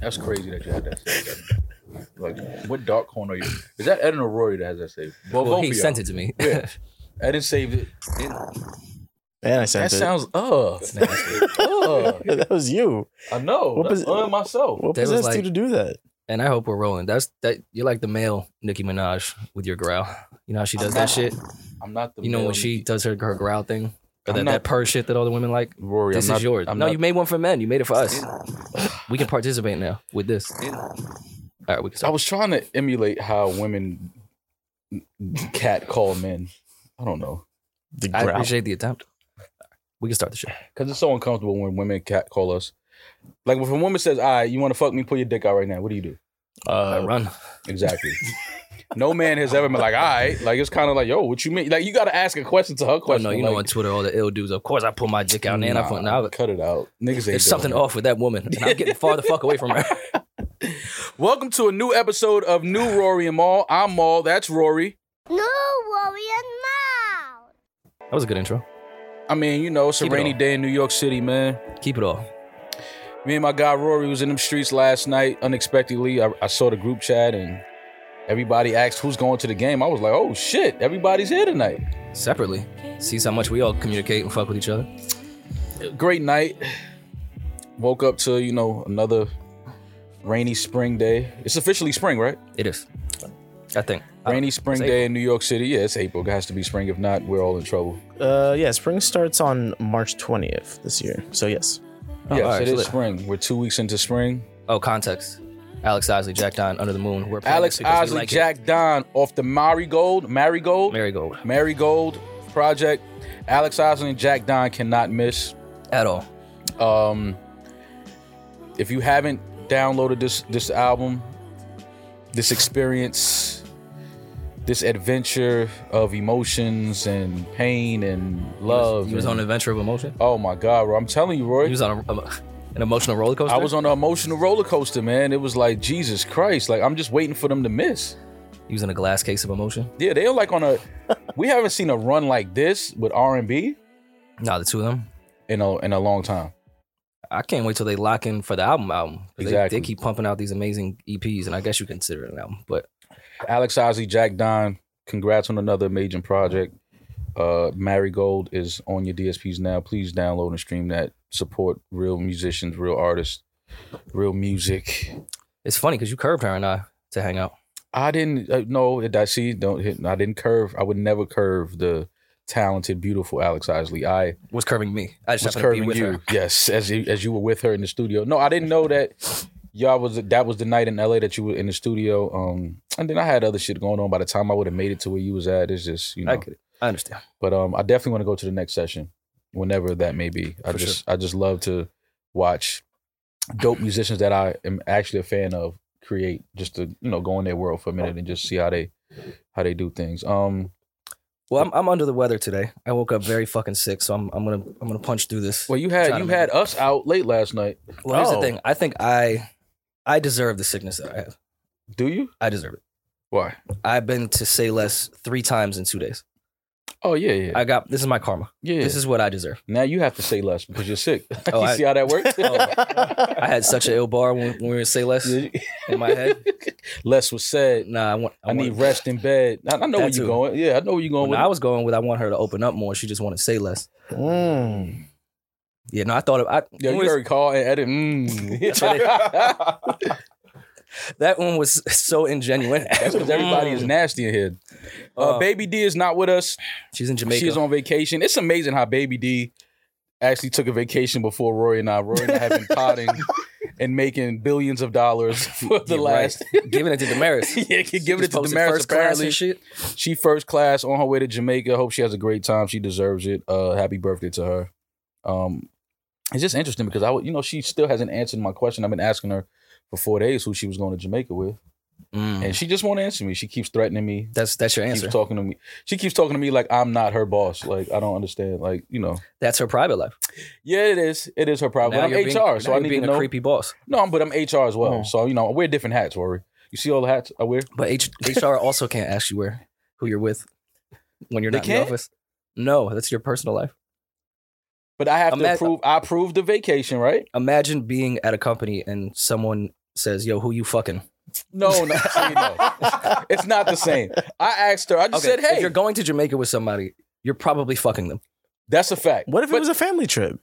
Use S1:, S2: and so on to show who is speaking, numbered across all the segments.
S1: That's crazy that you had that saved. Like, what dark corner are you? Is that Ed and Rory that has that saved? Well,
S2: Well,
S1: both
S2: he
S1: of y'all.
S2: sent it to me.
S1: Yeah. Ed and saved it.
S3: And I
S1: That
S3: sent it.
S1: sounds uh, uh.
S3: that was you.
S1: I know.
S3: What
S1: that's
S3: posi-
S1: uh myself.
S3: What
S2: That was
S3: possessed you
S2: like-
S3: to do that?
S2: and I hope we're rolling. That's that. You're like the male Nicki Minaj with your growl. You know how she does that shit.
S1: I'm not the.
S2: You know
S1: male
S2: when she
S1: Nicki-
S2: does her her growl thing, or
S1: I'm
S2: that,
S1: not-
S2: that purr shit that all the women like.
S1: Rory,
S2: This
S1: I'm not,
S2: is yours.
S1: I'm
S2: no,
S1: not-
S2: you made one for men. You made it for us. we can participate now with this. All right, we
S1: I
S2: can start.
S1: was trying to emulate how women cat call men. I don't know.
S3: The
S2: I
S3: growl.
S2: appreciate the attempt. We can start the show.
S1: Because it's so uncomfortable when women cat call us. Like if a woman says, "All right, you want to fuck me? Pull your dick out right now." What do you do?
S2: I
S3: Uh,
S2: run.
S1: Exactly. no man has ever been like, "All right," like it's kind of like, "Yo, what you mean?" Like you got to ask a question to her
S2: Oh,
S1: question.
S2: no, you
S1: like,
S2: know on Twitter, all the ill dudes. Of course, I pull my dick out and I
S1: nah,
S2: put. Now
S1: cut it out, niggas. Ain't doing
S2: there's something
S1: that.
S2: off with that woman, and I'm getting far the fuck away from her.
S1: Welcome to a new episode of New Rory and Maul. I'm Maul. That's Rory.
S4: No worry and now.
S2: That was a good intro.
S1: I mean, you know, it's a
S2: Keep it
S1: rainy
S2: on.
S1: day in New York City, man.
S2: Keep it all.
S1: Me and my guy Rory was in them streets last night unexpectedly. I, I saw the group chat and everybody asked who's going to the game. I was like, oh shit, everybody's here tonight.
S2: Separately, sees how much we all communicate and fuck with each other.
S1: Great night. Woke up to, you know, another rainy spring day. It's officially spring, right?
S2: It is. I think.
S1: Rainy spring
S2: Uh, it's
S1: day in New York City. Yeah, it's April. It has to be spring. If not, we're all in trouble.
S3: uh, yeah, spring starts on March 20th this year. So yes,
S2: Oh,
S1: yes,
S2: all right,
S1: it is
S2: lit.
S1: spring. We're two weeks into spring.
S2: Oh, context. Alex Isley, Jack Don, Under the Moon. We're playing
S1: Alex
S2: this because we
S1: Osley,
S2: like it.
S1: Jack Don off the Marigold. Marigold?
S2: Marigold.
S1: Marigold project. Alex Osley and Jack Don cannot miss.
S2: At all.
S1: Um, if you haven't downloaded this this album, this experience, this adventure of emotions and pain and love,
S2: He was
S1: and-
S2: on an adventure of emotion.
S1: oh my god, Roy, I'm telling you, Roy.
S2: He was on a, a- an emotional roller coaster.
S1: I was on an emotional roller coaster, man. It was like Jesus Christ. Like I'm just waiting for them to miss.
S2: He was in a glass case of emotion.
S1: Yeah, they're like on a. we haven't seen a run like this with R and B
S2: Nah, the two of them.
S1: in a in a long time.
S2: I can't wait till they lock in for the album album. 'Cause they- They,
S1: Exactly.
S2: keep pumping out these amazing EPs, and I guess you consider it an album. But
S1: Alex Ozzy, Jack Don, congrats on another major project. Uh, Marigold is on your DSPs now. Please download and stream that. Support real musicians, real artists, real music.
S2: it's funny because you curved her and I to hang out.
S1: I didn't uh, no. it- I see. Don't hit. I didn't curve. I would never curve the talented, beautiful Alex Osley. I
S2: Was curving me. I just
S1: was
S2: happened to be
S1: curving
S2: with
S1: you.
S2: her.
S1: Yes, as you, as you were with her in the studio. No, I didn't know that. Y'all was that was the night in LA that you were in the studio. Um, and then I had other shit going on. By the time I would have made it to where you was at, it's just you know.
S2: I get it. I understand.
S1: But um, I definitely want to go to the next session, whenever that may be. I
S2: For
S1: just I just love to watch dope musicians that I am actually a fan of create, just to you know go in their world for a minute and just see how they how they do things. Um,
S2: Well, I'm, I'm under the weather today. I woke up very fucking sick, so I'm, I'm gonna I'm gonna punch through this.
S1: well, you
S2: Trying
S1: had
S2: to
S1: you
S2: make
S1: had us out late last night.
S2: Well, here's the
S3: Oh.
S2: thing. I think I I deserve the sickness that I have.
S1: Do you?
S2: I deserve it.
S1: Why?
S2: I've been to say less three times in two days.
S1: Oh yeah, yeah,
S2: I got this is my karma.
S1: yeah.
S2: This is what I deserve.
S1: now you have to say less because you're sick.
S2: Oh,
S1: you
S2: I-
S1: see how that works?
S2: I had such an ill bar when, when we were say less in my head.
S1: less was said.
S2: Nah, I want. I,
S1: I, need
S2: want-
S1: rest in bed. I, I know where
S2: That
S1: you're
S2: too.
S1: going. Yeah, I know where you're going
S2: When
S1: with.
S2: I
S1: it.
S2: was going with, I want her to open up more. She just wanted to say less.
S1: Hmm.
S3: Mm.
S2: Yeah, no, I thought of, I,
S1: Yeah,
S2: when
S1: you
S2: we-
S1: heard call and edit. Mm.
S2: that one was so ingenuine.
S1: That's because everybody
S2: Mm.
S1: is nasty in here. Uh,
S2: Oh.
S1: Baby D is not with us.
S2: She's in Jamaica.
S1: She is on vacation. It's amazing how Baby D actually took a vacation before Rory and I. Rory and I have been potting and making billions of dollars for the
S2: Yeah,
S1: last.
S2: right. giving it to Damaris.
S1: yeah, giving it to
S2: Posted
S1: Damaris.
S2: first class
S1: Apparently,
S2: and shit.
S1: she first class on her way to Jamaica. Hope she has a great time. She deserves it. Uh, happy birthday to her. Um, it's just interesting because I, would- you know, she still hasn't answered my question. I've been asking her for four days who she was going to Jamaica with,
S2: Mm.
S1: and she just won't answer me. She keeps threatening me.
S2: that's that's your answer.
S1: keeps talking to me. She keeps talking to me like I'm not her boss. Like I don't understand. Like you know.
S2: That's her private life.
S1: Yeah, it is. It is her problem.
S2: Now
S1: But
S2: you're
S1: I'm
S2: being-
S1: HR,
S2: now
S1: so I
S2: you're
S1: need
S2: being
S1: to know.
S2: a creepy boss.
S1: No, I'm, but I'm HR as well.
S3: Mm.
S1: So you know, I wear different hats. Rory, you see all the hats I wear.
S2: But H- HR also can't ask you where who you're with when you're
S1: They
S2: not in
S1: can't?
S2: the office. No, that's your personal life.
S1: But I have to
S2: Imagine-
S1: approve. I approved the vacation, right?
S2: Imagine being at a company and someone says, "Yo, who you fucking?"
S1: No, no, so you know. it's not the same. I asked her. I just said,
S2: if
S1: "Hey,
S2: you're going to Jamaica with somebody, you're probably fucking them.
S1: that's a fact."
S3: What if it
S1: But
S3: was a family trip?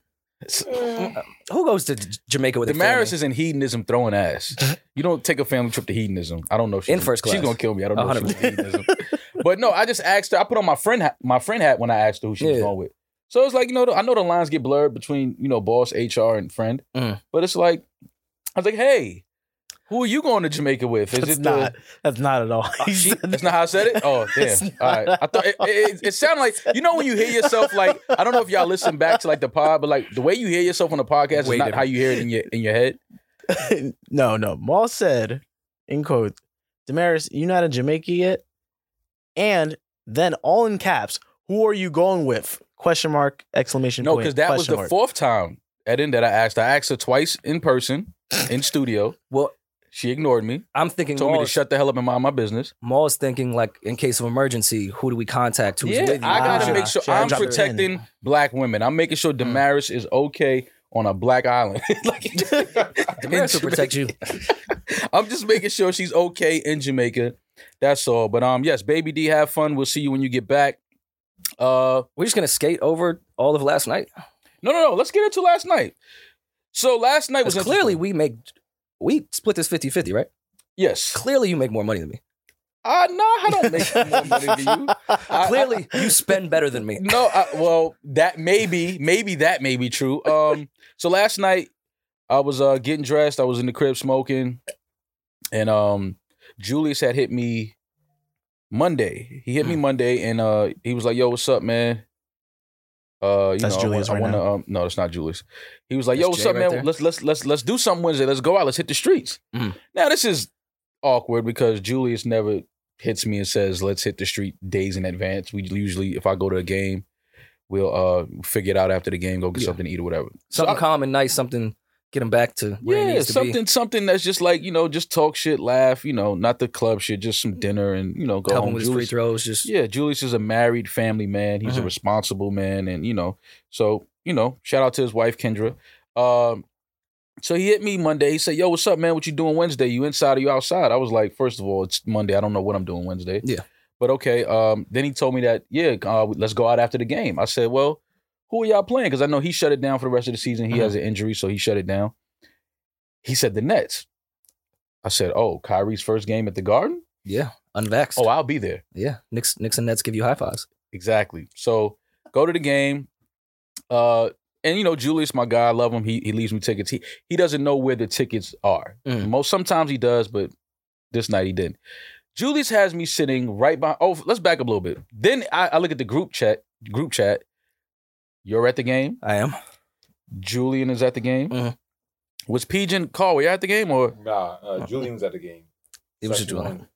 S2: Who goes to J- Jamaica with
S1: the
S2: their family?
S1: marriage is in hedonism throwing ass. You don't take a family trip to hedonism. I don't know. if She's
S2: In first class.
S1: she's gonna kill me. I don't know. if she was
S2: 100%.
S1: hedonism. but no, I just asked her. I put on my friend hat, my friend hat when I asked her who she was
S2: Yeah.
S1: going with. So it's like you know, I know the lines get blurred between you know boss, HR, and friend.
S2: Mm.
S1: But it's like I was like, hey, who are you going to Jamaica with? Is
S3: That's
S1: it the- Oh,
S3: not. That's not at all. He
S1: She,
S3: said
S1: that's not how I said it. Oh
S3: It's
S1: damn!
S3: not
S1: All right, I thought it, it, it, it sounded like you know when you hear yourself like I don't know if y'all listen back to like the pod, but like the way you hear yourself on the podcast
S2: Way
S1: is not
S2: different.
S1: how you hear it in your in your head.
S3: no, no. Maul said, in quote, Damaris, you not in Jamaica yet? And then all in caps, who are you going with? Question mark, exclamation
S1: No,
S3: point.
S1: because that was
S3: question
S1: the
S3: mark.
S1: fourth time Eden that I asked. I asked her twice in person, in studio.
S2: well,
S1: She ignored me,
S2: I'm thinking
S1: told me to
S2: Maul's,
S1: shut the hell up and mind my business.
S2: Maul's thinking like in case of emergency, who do we contact? Who's
S1: yeah,
S2: with you?
S1: I gotta
S3: Ah,
S1: make sure
S3: shit, I
S1: I'm
S3: dropped it.
S1: protecting black women. I'm making sure Damaris is okay on a black island. like,
S2: Damaris will protect you.
S1: I'm just making sure she's okay in Jamaica. That's all. But um, yes, baby D, have fun. We'll see you when you get back. Uh,
S2: We're just gonna skate over all of last night.
S1: no, no, no. Let's get into last night. So last night was
S2: 'Cause clearly
S1: interesting.
S2: we make we split this 50-50, right?
S1: yes.
S2: Clearly you make more money than me.
S1: I no, I don't make more money than you. I-
S2: Clearly you spend better than me.
S1: No, I, well, that maybe, maybe that may be true. Um, so last night I was uh getting dressed. I was in the crib smoking, and um, Julius had hit me Monday. He hit
S2: Hmm.
S1: me Monday, and uh, he was like, "Yo, what's up, man?" Uh, you
S3: That's
S1: know, I
S3: Julius
S1: wanna- I
S3: right
S1: wanna, um, no, that's not Julius. He was like, "Yo,
S2: That's
S1: what's
S2: Jay
S1: up,
S2: right
S1: man?
S2: there.
S1: Let's let's let's let's do something Wednesday. Let's go out. Let's hit the streets."
S2: Mhm.
S1: Now this is awkward because Julius never hits me and says, "Let's hit the street days in advance." We usually, if I go to a game, we'll uh figure it out after the game, go get
S2: Yeah.
S1: something to eat or whatever.
S2: Something
S1: I-
S2: calm and nice, something get him back to where he
S1: yeah,
S2: needs to
S1: something something that's just like you know, just talk shit, laugh, you know, not the club shit, just some dinner and you know,
S2: be.
S1: go
S2: Help
S1: home.
S2: him with his free
S1: Julius,
S2: throws, just
S1: yeah, Julius is a married family man. He's a
S2: Mhm.
S1: responsible man, and you know, so you know, shout out to his wife Kendra. Um, so he hit me Monday. He said, "Yo, what's up, man? What you doing Wednesday? You inside or you outside?" I was like, first of all, it's Monday. I don't know what I'm doing Wednesday."
S2: Yeah.
S1: But okay. Um, then he told me that, yeah, uh, let's go out after the game. I said, "Well, who are y'all playing?" Because I know he shut it down for the rest of the season. He
S2: Mhm.
S1: has an injury, so he shut it down. He said the Nets. I said, "Oh, Kyrie's first game at the Garden.
S2: yeah, unvaxxed.
S1: Oh, I'll be there."
S2: Yeah, Knicks, Knicks and Nets give you high fives.
S1: Exactly. So go to the game. Uh and you know, Julius, my guy, I love him. He he leaves me tickets. He he doesn't know where the tickets are.
S2: Mm.
S1: Most sometimes he does, but this night he didn't. Julius has me sitting right by oh, let's back up a little bit. Then I, I look at the group chat, group chat. You're at the game.
S2: I am.
S1: Julian is at the game.
S2: Mhm.
S1: Was PJ and Caldwell at the game or
S5: Nah, uh, Julian was at the game.
S2: It was just
S5: Second
S2: Julian
S5: one.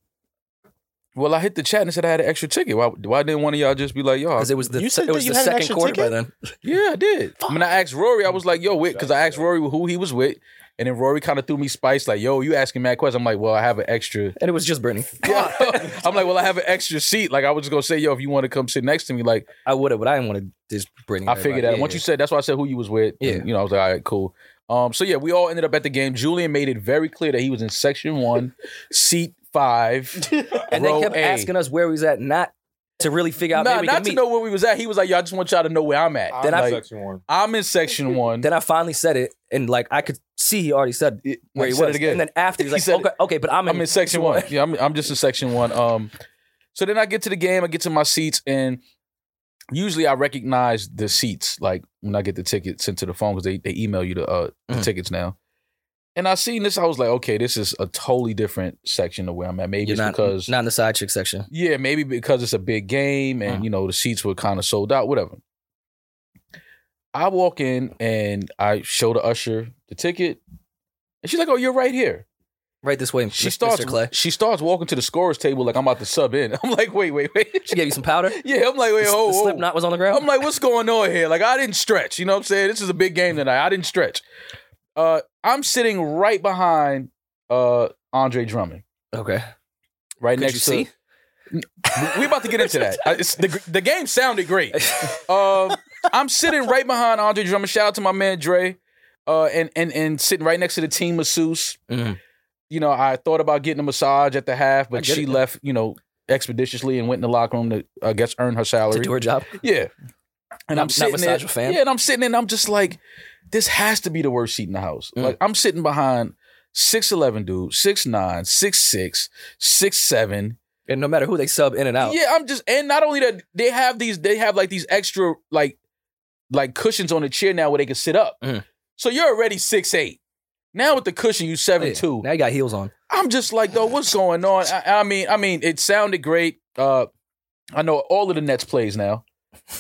S1: well, I hit the chat and said I had an extra ticket. Why, why didn't one of y'all just be like, yo, I
S2: because it was the
S3: You said
S2: it
S3: that
S2: was
S3: you
S2: the
S3: had an
S2: second
S3: extra
S2: quarter by
S3: ticket?
S2: then.
S1: Yeah, I did. I mean, I asked Rory. I was like, "Yo, wait," because I asked Rory who he was with, and then Rory kind of threw me spice, like, "Yo, you asking mad questions?" I'm like, "Well, I have an extra."
S2: And it was just Brittany.
S1: I'm like, "Well, I have an extra seat." Like, I was just gonna say, "Yo, if you want to come sit next to me," like,
S2: I would have, but I didn't want to just Brittany.
S1: I figured
S2: out
S1: that once you said that's why I said who you was with. and,
S2: Yeah.
S1: you know, I was like, "All right, cool." Um, so yeah, we all ended up at the game. Julian made it very clear that he was in section one, seat five.
S2: and they
S1: row
S2: kept
S1: A.
S2: asking us where we was at, not to really figure out
S1: Nah,
S2: maybe we
S1: not
S2: can
S1: to
S2: meet.
S1: know where we was at. He was like, "Yo, I just want y'all to know where I'm at."
S5: I'm
S1: Then
S5: in
S1: I,
S5: section one.
S1: I'm in section one.
S2: Then I finally said it, and like I could see he already said where he
S1: said it
S2: was.
S1: again.
S2: And then after he's
S1: He
S2: like,
S1: said
S2: okay, okay, but I'm in,
S1: I'm in section one. Yeah, I'm, I'm just in section one. Um, so then I get to the game, I get to my seats, and usually I recognize the seats, like when I get the ticket sent to the phone because they, they email you the uh the
S2: Mhm.
S1: tickets now. And I seen this, I was like, okay, this is a totally different section of where I'm at. Maybe
S2: You're
S1: it's
S2: not,
S1: because
S2: not in the side chick section.
S1: yeah, maybe because it's a big game and
S2: Mhm.
S1: you know the seats were kind of sold out, whatever. I walk in and I show the usher the ticket, and she's like, "Oh, you're right here."
S2: Right this way,
S1: She
S2: Mr.
S1: starts
S2: Clay.
S1: she starts walking to the scorer's table like I'm about to sub in. I'm like, wait, wait, wait.
S2: She gave you some powder.
S1: yeah, I'm like, wait,
S2: The-
S1: hold,
S2: the
S1: whoa.
S2: slip knot was on the ground.
S1: I'm like, what's going on here? Like, I didn't stretch. You know what I'm saying? This is a big game tonight. I didn't stretch. Uh, I'm sitting right behind uh Andre Drummond,
S2: okay,
S1: right
S2: could
S1: next
S2: you
S1: to.
S2: see?
S1: We're about to get into that. Uh, it's- the, the game sounded great. Um, I'm sitting right behind Andre Drummond. Shout out to my man Dre, uh, and and and sitting right next to the team masseuse.
S2: Mhm.
S1: you know, I thought about getting a massage at the half,
S2: I
S1: but
S2: get
S1: she
S2: it.
S1: left, you know, expeditiously and went in the locker room to, I guess, earn her salary.
S2: to do her job.
S1: Yeah. And I'm
S2: Not- not
S1: sitting there.
S2: massage a fan?
S1: Yeah, and I'm sitting there and I'm just like, this has to be the worst seat in the house.
S2: Mm.
S1: Like I'm sitting behind 6'11 dude, 6'9, 6'6, 6'7.
S2: And no matter who they sub in and out,
S1: Yeah, I'm just and not only that, they have these, they have like these extra like like cushions on the chair now where they can sit up.
S2: Mm.
S1: So you're already 6'8. Now with the cushion, you
S2: Yeah.
S1: seven two.
S2: Now you got heels on.
S1: I'm just like, though, what's going on? I, I mean, I mean, it sounded great. Uh, I know all of the Nets plays now.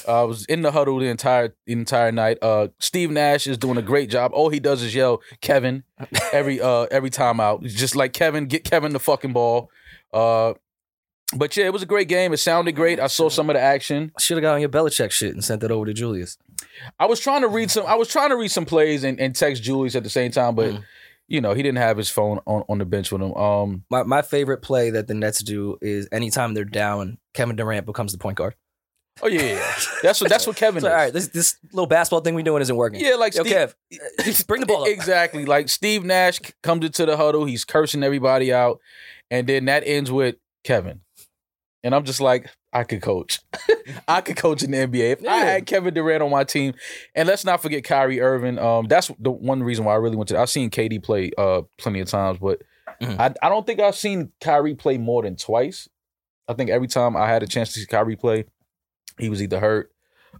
S1: Uh, I was in the huddle the entire the entire night. Uh, Steve Nash is doing a great job. All he does is yell Kevin every uh every time out. It's just like Kevin, get Kevin the fucking ball. Uh, but yeah, it was a great game. It sounded great. I saw some of the action.
S2: Should have got on your Belichick shit and sent that over to Julius.
S1: I was trying to read some. I was trying to read some plays and, and text Julius at the same time, but
S2: Mm.
S1: you know he didn't have his phone on on the bench with him. Um,
S2: My my favorite play that the Nets do is anytime they're down, Kevin Durant becomes the point guard.
S1: oh yeah, yeah, yeah. that's what that's what Kevin.
S2: It's like,
S1: is.
S2: all right, this this little basketball thing we doing isn't working.
S1: Yeah, like
S2: Yo,
S1: Steve, e,
S2: Kev, bring the ball up.
S1: Exactly. Like Steve Nash c- comes into the huddle, he's cursing everybody out, and then that ends with Kevin. And I'm just like, I could coach. I could coach in the NBA. If I
S2: Yeah.
S1: had Kevin Durant on my team, and let's not forget Kyrie Irving. Um, that's the one reason why I really went to. I've seen KD play uh plenty of times, but
S2: Mhm.
S1: I, I don't think I've seen Kyrie play more than twice. I think every time I had a chance to see Kyrie play, he was either hurt.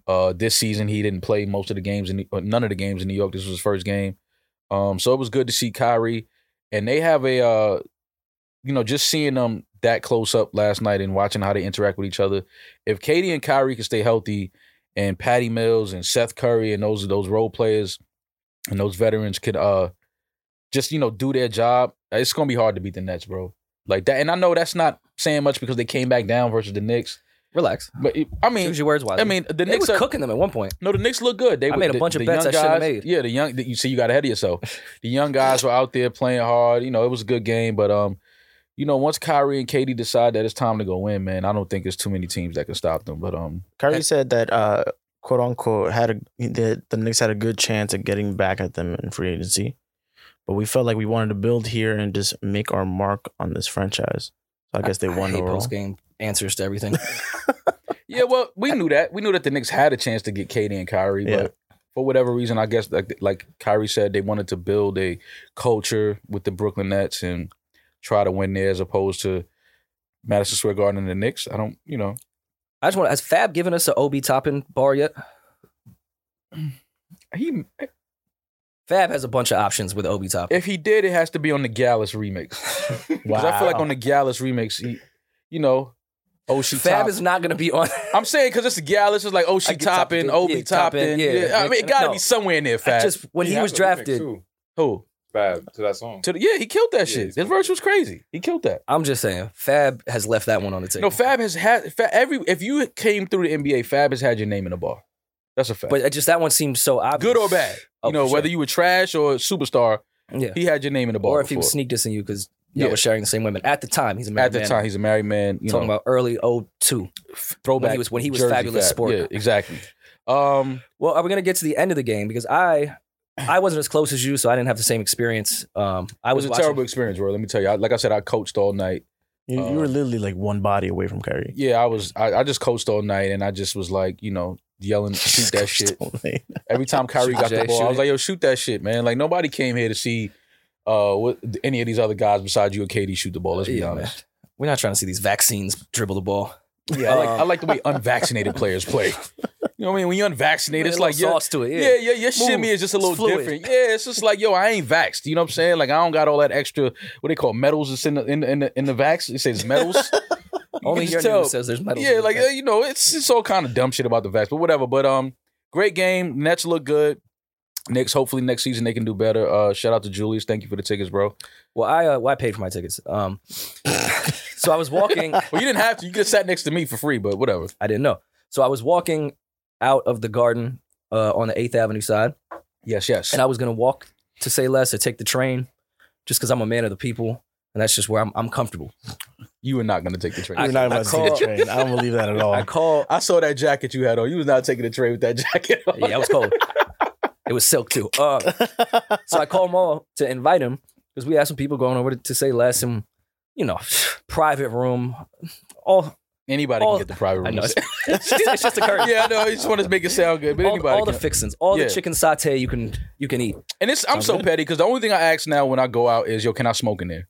S1: Uh, this season he didn't play most of the games in uh, none of the games in New York. This was his first game, um, so it was good to see Kyrie. And they have a, uh, you know, just seeing them that close up last night and watching how they interact with each other. If Katie and Kyrie can stay healthy, and Patty Mills and Seth Curry and those those role players and those veterans could uh just you know do their job, uh, it's gonna be hard to beat the Nets, bro. Like that, and I know that's not saying much because they came back down versus the Knicks.
S2: Relax.
S1: But it- I mean,
S2: Choose your words wisely.
S1: I mean, the
S2: they
S1: Knicks
S2: was
S1: are
S2: cooking them at one point.
S1: no, the Knicks look good. They
S2: I
S1: were-
S2: made a
S1: the-
S2: bunch of
S1: the
S2: bets
S1: young
S2: I shouldn't have
S1: guys-
S2: made.
S1: Yeah, the young. You see, you got ahead of yourself. The young guys were out there playing hard. You know, it was a good game, but um, you know, once Kyrie and Katie decide that it's time to go in, man, I don't think there's too many teams that can stop them. But um,
S3: Kyrie said that uh, quote unquote had a that the Knicks had a good chance at getting back at them in free agency, but we felt like we wanted to build here and just make our mark on this franchise. So I guess they won
S2: I hate
S3: overall.
S2: post game answers to everything.
S1: yeah, well, we knew that. We knew that the Knicks had a chance to get Katie and Kyrie,
S3: Yeah.
S1: but for whatever reason, I guess like like Kyrie said, they wanted to build a culture with the Brooklyn Nets and try to win there as opposed to Madison Square Garden and the Knicks. I don't, you know.
S2: I just want. Has Fab given us an Ob Toppin bar yet?
S1: He
S2: Fab has a bunch of options with Ob Toppin.
S1: If he did, it has to be on the Gallus remix. Because I feel like
S3: Wow.
S1: on the Gallus remix, he, you know, oh she
S2: Fab
S1: top.
S2: is not going to be on.
S1: I'm saying because it's the Gallus. It's like oh
S2: I
S1: she
S2: get top
S1: topping,
S2: in,
S1: oh
S2: yeah,
S1: be
S2: top in,
S1: topping.
S2: yeah.
S1: Yeah, I mean it got to
S2: No.
S1: be somewhere in there.
S2: I
S1: Fab.
S2: just when he
S5: has
S2: was
S5: a remix,
S2: drafted,
S5: too,
S1: who?
S5: Fab to that song.
S1: To the, yeah, he killed that
S5: Yeah,
S1: shit.
S5: he's
S1: His verse was crazy. He killed that.
S2: I'm just saying Fab has left that one on the table.
S1: No, Fab has had Fab, every. If you came through the NBA, Fab has had your name in the bar. That's a fact.
S2: but it just that one seems so obvious.
S1: good or bad,
S2: Oh,
S1: you know,
S2: for
S1: whether
S2: sure.
S1: you were trash or a superstar,
S2: yeah,
S1: he had your name in the bar.
S2: or if he
S1: before.
S2: was sneak dissing you because you yeah.
S1: Yeah.
S2: were sharing the same women at the time. He's a married
S1: at the
S2: man.
S1: time, he's a married man. You
S2: talking
S1: know,
S2: about early 02.
S1: throwback
S2: was- when he was
S1: Jersey
S2: Fabulous Sport.
S1: Yeah, exactly. Um,
S2: Well, are we gonna get to the end of the game because I. I wasn't as close as you, so I didn't have the same experience. Um, I
S1: It
S2: was,
S1: was a
S2: watching,
S1: terrible experience, bro. Let me tell you. I, like I said, I coached all night.
S3: You, you were literally like one body away from Kyrie.
S1: Yeah, I was. I, I just coached all night, and I just was like, you know, yelling, shoot that shit. Every time Kyrie got the
S2: Jay,
S1: ball, I
S2: shoot
S1: was
S2: it.
S1: like, yo, shoot that shit, man. Like nobody came here to see uh what any of these other guys besides you and Katie shoot the ball. Let's be
S2: Yeah,
S1: honest.
S2: man. We're not trying to see these vaccines dribble the ball.
S1: Yeah, I like,
S2: Um,
S1: I like the way unvaccinated players play. You know what I mean? When you're unvaccinated, it's like
S2: yeah,
S1: your,
S2: sauce to it. Yeah.
S1: yeah, yeah, your shimmy
S2: Move.
S1: is just a little
S2: It's fluid.
S1: different. Yeah, it's just like, yo, I ain't vaxxed. You know what I'm saying? Like I don't got all that extra what they call metals that's in the in the in the, in the vax. It says metals. You
S2: Only
S1: can
S2: your
S1: just tell.
S2: news says there's medals. in
S1: Yeah,
S2: the
S1: like
S2: back.
S1: uh, you know, it's it's all kind of dumb shit about the Vax, but whatever. But um, great game. Nets look good. Knicks, hopefully next season they can do better. Uh, shout out to Julius. Thank you for the tickets, bro.
S2: Well, I uh, well, I paid for my tickets. Um, so I was walking.
S1: Well, you didn't have to. You could have sat next to me for free, but whatever.
S2: I didn't know. So I was walking out of the garden uh, on the Eighth Avenue side,
S1: Yes, yes.
S2: and I was gonna walk to say less or take the train, just because I'm a man of the people, and that's just where I'm, I'm comfortable.
S1: you were not going to take the trade.
S3: You're not
S2: I
S3: about to
S2: call-
S3: see the train. I don't believe that at all.
S2: I call.
S1: I saw that jacket you had on. You was not taking the trade with that jacket. On.
S2: Yeah, I was cold. it was silk too. Uh, so I called Maul to invite him, because we had some people going over to, to say less and you know private room. All
S1: Anybody
S2: All-
S1: can get the private
S2: I know
S1: rooms.
S2: it's, it's just a curtain.
S1: yeah, I know. I just want to make it sound good, but
S2: all,
S1: anybody.
S2: all the
S1: can.
S2: fixings, all
S1: Yeah.
S2: the chicken satay you can you can eat,
S1: and it's I'm
S2: Sounds
S1: so
S2: good.
S1: petty because the only thing I ask now when I go out is, "Yo, can I smoke in there?"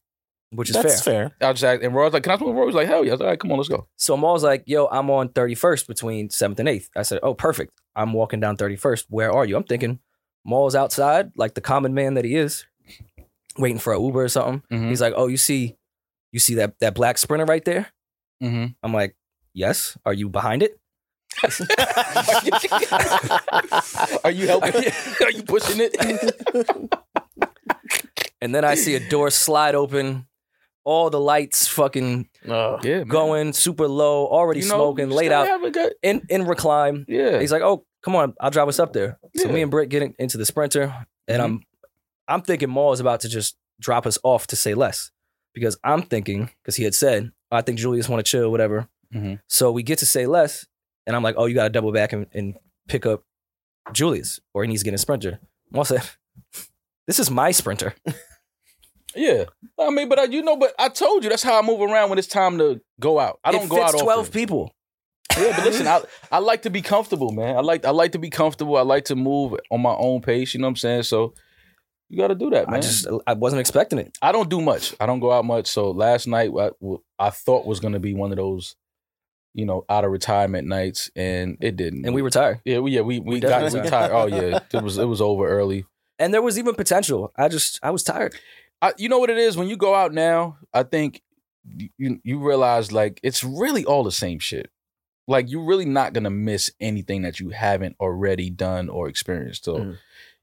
S2: which is fair.
S3: That's fair.
S1: I just ask, and Roy's like, "Can I smoke?" Roy was like, "Hell yeah!" I was like, "All right, come on, let's go."
S2: So Maul's like, yo, I'm on 31st between 7th and 8th. I said, oh, perfect. I'm walking down 31st. Where are you? I'm thinking Maul's outside, like the common man that he is, waiting for an Uber or something.
S1: Mhm.
S2: He's like, oh, you see, you see that, that black sprinter right there?
S1: Mm-hmm.
S2: I'm like, yes. Are you behind it?
S1: Are you helping? Are you pushing it?
S2: and then I see a door slide open. All the lights fucking
S3: Ugh.
S1: yeah, man.
S2: going super low, already
S1: You know,
S2: smoking, laid
S1: still
S2: out
S1: have a good-
S2: in, in recline.
S1: yeah,
S2: He's like, "Oh, come on, I'll drive us up there." So
S1: Yeah. Mm-hmm.
S2: me and Britt get in- into the Sprinter, and I'm I'm thinking Maul is about to just drop us off to say less because I'm thinking because he had said I think Julius want to chill, whatever.
S1: Mhm.
S2: So we get to say less, and I'm like, "Oh, you got to double back and, and pick up Julius, or he needs to get in Sprinter." Maul said, "This is my Sprinter."
S1: yeah. I mean, but I, you know, but I told you that's how I move around when it's time to go out. I don't
S2: it
S1: go
S2: fits
S1: out
S2: Twelve
S1: often.
S2: people.
S1: Yeah, but listen, I, I like to be comfortable, man. I like I like to be comfortable. I like to move on my own pace. You know what I'm saying? So you got to do that, man.
S2: I
S1: I,
S2: just I wasn't expecting it.
S1: don't do much. I don't go out much. So last night, I, I thought was gonna be one of those, you know, out of retirement nights, and it didn't.
S2: And we retired.
S1: yeah, we yeah we we got
S3: definitely-
S1: retired. Oh yeah, it was it was over early.
S2: And there was even potential. I just I was tired.
S1: I, you know what it is when you go out now. I think you- you you realize like it's really all the same shit. Like you're really not gonna miss anything that you haven't already done or experienced. So
S3: Mm.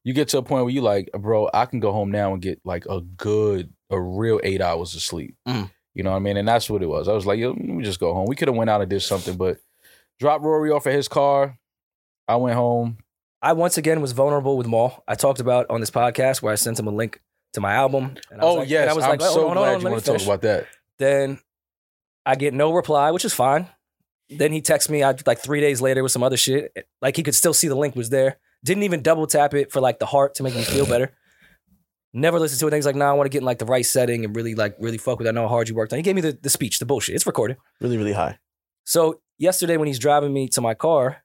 S1: you get to a point where you like, bro, I can go home now and get like a good, a real eight hours of sleep.
S2: Mm.
S1: You know what I mean? And that's what it was. I was like, yo, let me just go home. We could have went out and did something, but dropped Rory off at his car. I went home.
S2: I once again was vulnerable with Maul. I talked about on this podcast where I sent him a link to my album. And I was
S1: Oh
S2: like,
S1: yes,
S2: and I
S1: I
S2: was
S1: am
S2: like, oh,
S1: so
S2: no, no,
S1: glad
S2: no,
S1: you
S2: let me
S1: want to talk
S2: finish.
S1: about that.
S2: Then I get no reply, which is fine. Then he texts me I, like three days later with some other shit. Like he could still see the link was there. Didn't even double tap it for like the heart to make me feel better. Never listened to it. Then he's like, nah, I want to get in like the right setting and really like really fuck with. it. I know how hard you worked on. it." He gave me the, the speech, the bullshit. It's recorded.
S3: Really, really high.
S2: So yesterday when he's driving me to my car,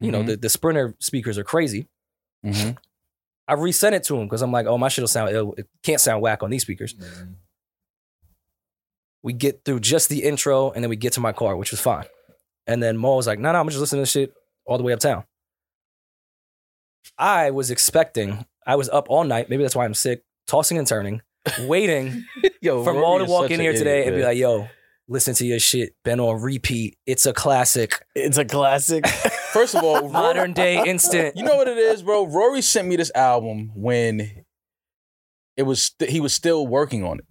S2: you know
S1: Mhm.
S2: the, the Sprinter speakers are crazy.
S1: Mhm.
S2: I resent it to him because I'm like, oh, my shit'll sound ill. It can't sound whack on these speakers.
S5: Mm-hmm.
S2: We get through just the intro and then we get to my car, which was fine. And then Mo was like, no, no, I'm just listening to this shit all the way uptown. I was expecting, I was up all night. Maybe that's why I'm sick, tossing and turning, waiting
S1: Yo,
S2: for
S1: Rory
S2: Mo to
S1: is
S2: walk
S1: such
S2: in
S1: an
S2: here today
S1: idiot,
S2: and be
S1: man.
S2: like, yo, listen to your shit. Been on repeat. It's a classic,
S3: It's a classic.
S1: First of all, Rory,
S2: modern day instant.
S1: you know what it is, bro. Rory sent me this album when it was st- he was still working on it,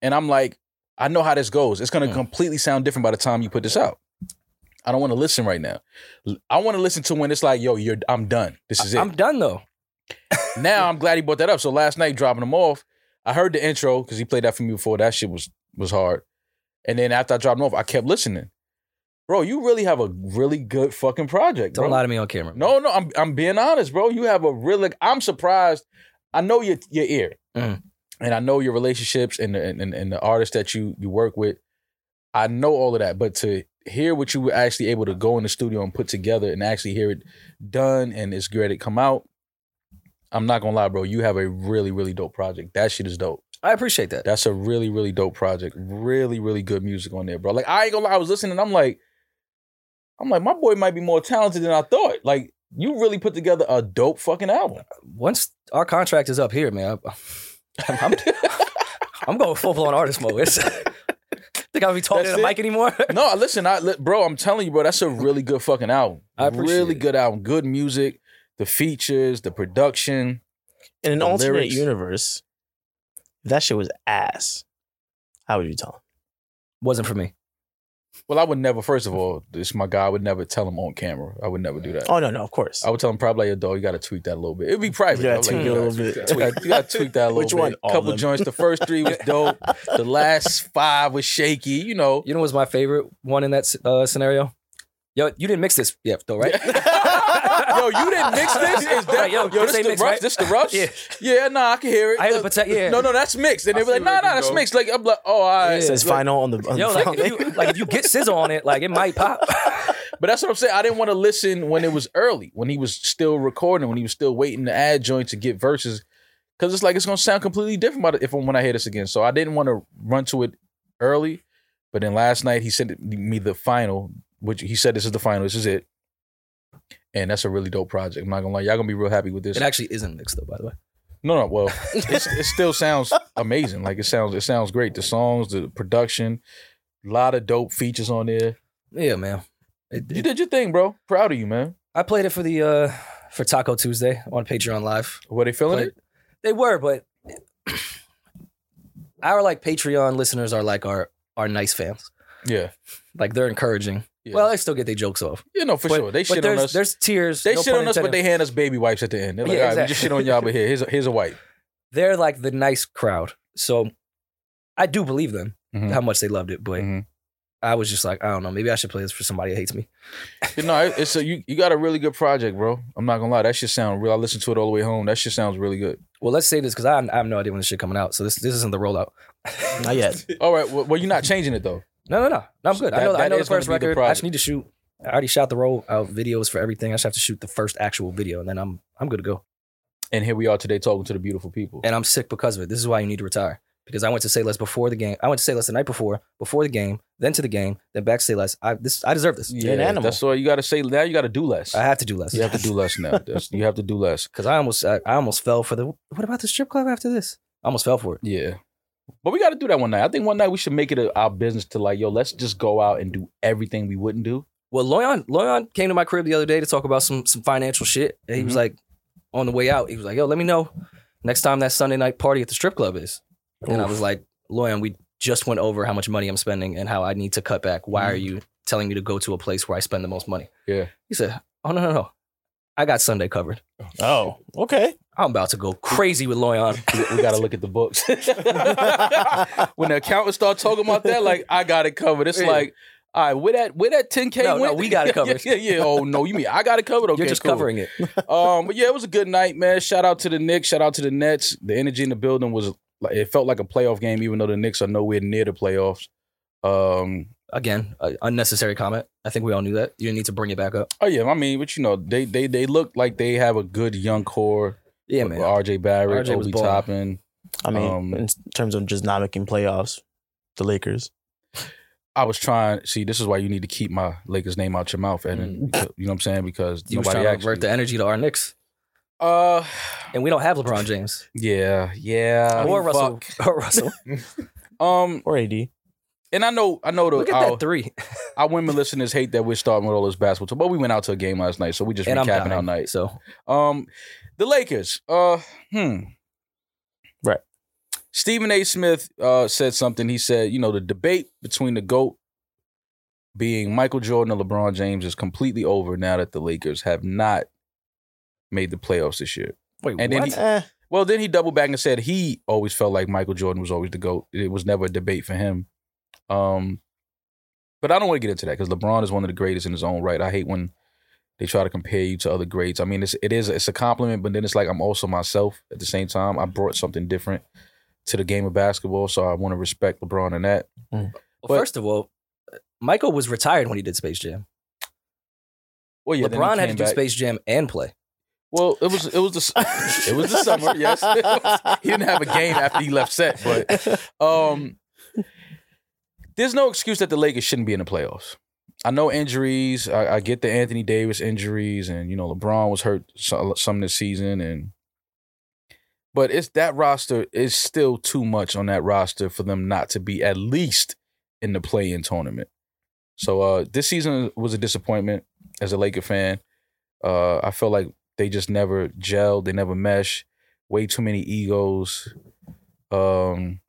S1: and I'm like, I know how this goes. It's gonna
S2: Hmm.
S1: completely sound different by the time you put this out. I don't want to listen right now. L- I want to listen to when it's like, yo, you're I'm done. This is it.
S2: I'm done though.
S1: now I'm glad he brought that up. So last night dropping him off, I heard the intro because he played that for me before. That shit was was hard. And then after I dropped him off, I kept listening. Bro, you really have a really good fucking project.
S2: Don't
S1: bro.
S2: lie to me on camera.
S1: No, no, I'm I'm being honest, bro. You have a real. Like, I'm surprised. I know your your ear,
S2: Mhm.
S1: and I know your relationships and the, and and the artists that you you work with. I know all of that, but to hear what you were actually able to go in the studio and put together and actually hear it done and it's great it come out. I'm not gonna lie, bro. You have a really really dope project. That shit is dope.
S2: I appreciate that.
S1: That's a really really dope project. Really really good music on there, bro. Like I ain't gonna lie, I was listening. I'm like, I'm like, my boy might be more talented than I thought. Like you really put together a dope fucking album.
S2: once our contract is up here, man, I- I'm, I'm, I'm going full blown artist mode. It's, think I'll be talking
S1: That's
S2: to the
S1: it?
S2: mic anymore.
S1: No, listen, I li- bro, I'm telling you, bro, that's a really good fucking album.
S2: I appreciate
S1: really
S2: it.
S1: good album. Good music, the features, the production.
S3: In an
S1: The
S3: alternate
S1: lyrics.
S3: universe, if that shit was ass, how would you tell
S2: Wasn't for me.
S1: Well, I would never. First of all, this my guy. I would never tell him on camera. I would never do that.
S3: him? Oh, no, no, of course.
S1: I would tell him probably, like, dog, you got to tweak that a little bit. It'd be private.
S3: you gotta
S1: though, like,
S3: tweak it
S1: you
S3: a
S1: gotta-
S3: little bit.
S1: You gotta, you gotta tweak that a little
S3: Which
S1: bit.
S3: one? All of
S1: Couple
S3: them.
S1: joints. The first three was dope. the last five was shaky. You know,
S2: You know what was my favorite one in that s- uh, scenario? Yo, you didn't mix this yet, though, right?
S1: yo, you didn't mix this. Is that
S2: Right, yo,
S1: yo?
S2: this
S1: This,
S2: ain't
S1: the
S2: mixed,
S1: rush.
S2: right?
S1: This the rush.
S2: Yeah.
S1: yeah. Nah, I can hear it.
S2: I had to
S1: Uh,
S2: protect- yeah.
S1: No, no, that's mixed. And
S5: I
S1: they were
S5: see
S1: like,
S5: where
S1: nah,
S5: it
S1: nah,
S5: can
S1: that's
S5: go.
S1: mixed. Like I'm like, oh, all right.
S2: Yeah.
S3: says final on the, on
S2: Yo,
S3: the
S2: like
S3: front.
S2: if, you, like if you get scissor on it, like it might pop.
S1: But that's what I'm saying. I didn't want to listen when it was early, when he was still recording, when he was still waiting to add joint to get verses, because it's like it's gonna sound completely different by the- if when I hear this again. So I didn't want to run to it early. But then last night he sent me the final, which he said this is the final. This is it. And that's a really dope project. I'm not gonna lie, y'all gonna be real happy with this.
S2: it actually isn't mixed though, by the way.
S1: No, no. Well, it's, it still sounds amazing. Like it sounds, it sounds great. The songs, the production, a lot of dope features on there.
S2: Yeah, man. It-
S1: You
S2: it-
S1: did your thing, bro. Proud of you, man.
S2: I played it for the uh for Taco Tuesday on Patreon Live.
S1: Were they feeling
S2: Played-
S1: it?
S2: They were, but our like Patreon listeners are like our our nice fans.
S1: Yeah.
S2: Like they're encouraging.
S1: Yeah.
S2: Well, they still get their jokes off.
S1: You know for
S2: but,
S1: sure they
S2: but
S1: shit on
S2: there's,
S1: us.
S2: There's tears.
S1: They
S2: no
S1: shit
S2: pun
S1: on us, but
S2: intended.
S1: they hand us baby wipes at the end. They're like,
S2: Yeah,
S1: all right, we
S2: exactly.
S1: just shit on y'all, but here, here's a, here's a wipe.
S2: they're like the nice crowd. So I do believe them
S1: Mhm.
S2: how much they loved it, but
S1: Mhm.
S2: I was just like, I don't know, maybe I should play this for somebody that hates me.
S1: You know, it- it's a you, you got a really good project, bro. I'm not gonna lie, that shit sound real. I listened to it all the way home. That shit sounds really good.
S2: Well, let's say this because I, I have no idea when this shit coming out, so this this isn't the rollout.
S3: Not yet.
S1: All right, well, well you're not changing it though.
S2: No, no, no. no I'm good. I
S1: That-
S2: know. I
S1: that
S2: know the
S1: is gonna
S2: first
S1: be the
S2: record. I
S1: project.
S2: just need to shoot. I already shot the roll out videos for everything. I just have to shoot the first actual video, and then I'm I'm good to go.
S1: And here we are today talking to the beautiful people.
S2: And I'm sick because of it. This is why you need to retire. Because I went to say less before the game. I went to say less the night before, before the game, then to the game, then back to say less. I this I deserve this.
S1: yeah,
S3: an animal.
S1: That's why you got to say now. You got to do less.
S2: I have to do less.
S1: You have to do less now. That's, you have to do less.
S2: Because I almost I, I almost fell for the what about the strip club after this? I almost fell for it.
S1: Yeah. But we got to do that one night. I think one night we should make it a, our business to like, yo, let's just go out and do everything we wouldn't do.
S2: Well, Loyon Loyon came to my crib the other day to talk about some some financial shit. And he was
S1: Mhm.
S2: like, on the way out, he was like, "Yo, let me know next time that Sunday night party at the strip club is." And I
S1: Oof.
S2: was like, Loyon, we just went over how much money I'm spending and how I need to cut back. Why are you telling me to go to a place where I spend the most money?
S1: Mm. Yeah.
S2: He said, "Oh no no no, I got Sunday covered.
S3: Oh, okay.
S2: I'm about to go crazy with Loyon."
S1: We, got to look at the books. when the accountants start talking about that, like, I got it covered. It's
S2: Yeah.
S1: like, all right, where that where that 10K
S2: No, no,
S1: went?
S2: we got it covered.
S1: yeah, yeah, yeah. Oh no, you mean I got it covered? Okay,
S2: You're just
S1: cool.
S2: covering it.
S1: Um, but yeah, it was a good night, man. Shout out to the Knicks. Shout out to the Nets. The energy in the building was like it felt like a playoff game, even though the Knicks are nowhere near the playoffs. Um,
S2: Again, a unnecessary comment. I think we all knew that. You didn't need to bring it back up.
S1: Oh yeah, I mean, but you know, they they they look like they have a good young core.
S2: Yeah,
S1: with
S2: man.
S1: R.J. Barrett,
S2: RJ was
S1: Obi
S2: balling.
S1: Toppin.
S3: I mean,
S1: Um,
S3: in terms of just not making playoffs, the Lakers.
S1: I was trying. See, this is why you need to keep my Lakers name out your mouth, and you know what I'm saying because
S2: Mm. You was
S1: nobody
S2: trying to
S1: asked.
S2: convert the
S1: you.
S2: energy to our Knicks,
S1: Uh,
S2: and we don't have LeBron James
S1: yeah, yeah.
S2: or
S1: Uh,
S2: Russell.
S1: fuck.
S2: Or Russell.
S1: Um,
S3: Or AD.
S1: and I know, I know
S2: Look
S1: the
S2: at
S1: our,
S2: that three.
S1: our women listeners hate that we're starting with all this basketball, talk, but we went out to a game last night, so we just
S2: and I'm
S1: recapping
S2: dying.
S1: our night.
S2: So
S1: Um, the Lakers. Uh, hmm.
S3: Right.
S1: Stephen A. Smith uh, said something. He said, you know, the debate between the GOAT being Michael Jordan and LeBron James is completely over now that the Lakers have not made the playoffs this year.
S2: wait,
S1: And then
S2: what?
S1: he-
S3: Eh,
S1: Well, then he doubled back and said he always felt like Michael Jordan was always the GOAT. It was never a debate for him. Um, but I don't want to get into that because LeBron is one of the greatest in his own right. I hate when they try to compare you to other greats. I mean, it's it is it's a compliment, but then it's like I'm also myself at the same time. I brought something different to the game of basketball, so I want to respect LeBron in that.
S2: well,
S1: but-
S2: first of all, uh, Michael was retired when he did Space Jam.
S1: Well, yeah, then he
S2: LeBron had to
S1: came
S2: do
S1: back.
S2: Space Jam and play.
S1: Well, it was it was the it was the summer. Yes, he didn't have a game after he left set, but um, there's no excuse that the Lakers shouldn't be in the playoffs. I know injuries. I, I get the Anthony Davis injuries, and you know LeBron was hurt so- some this season, and but it's that roster is still too much on that roster for them not to be at least in the play-in tournament. So uh, this season was a disappointment as a Laker fan. Uh, I felt like they just never gelled. They never mesh. Way too many egos. Um,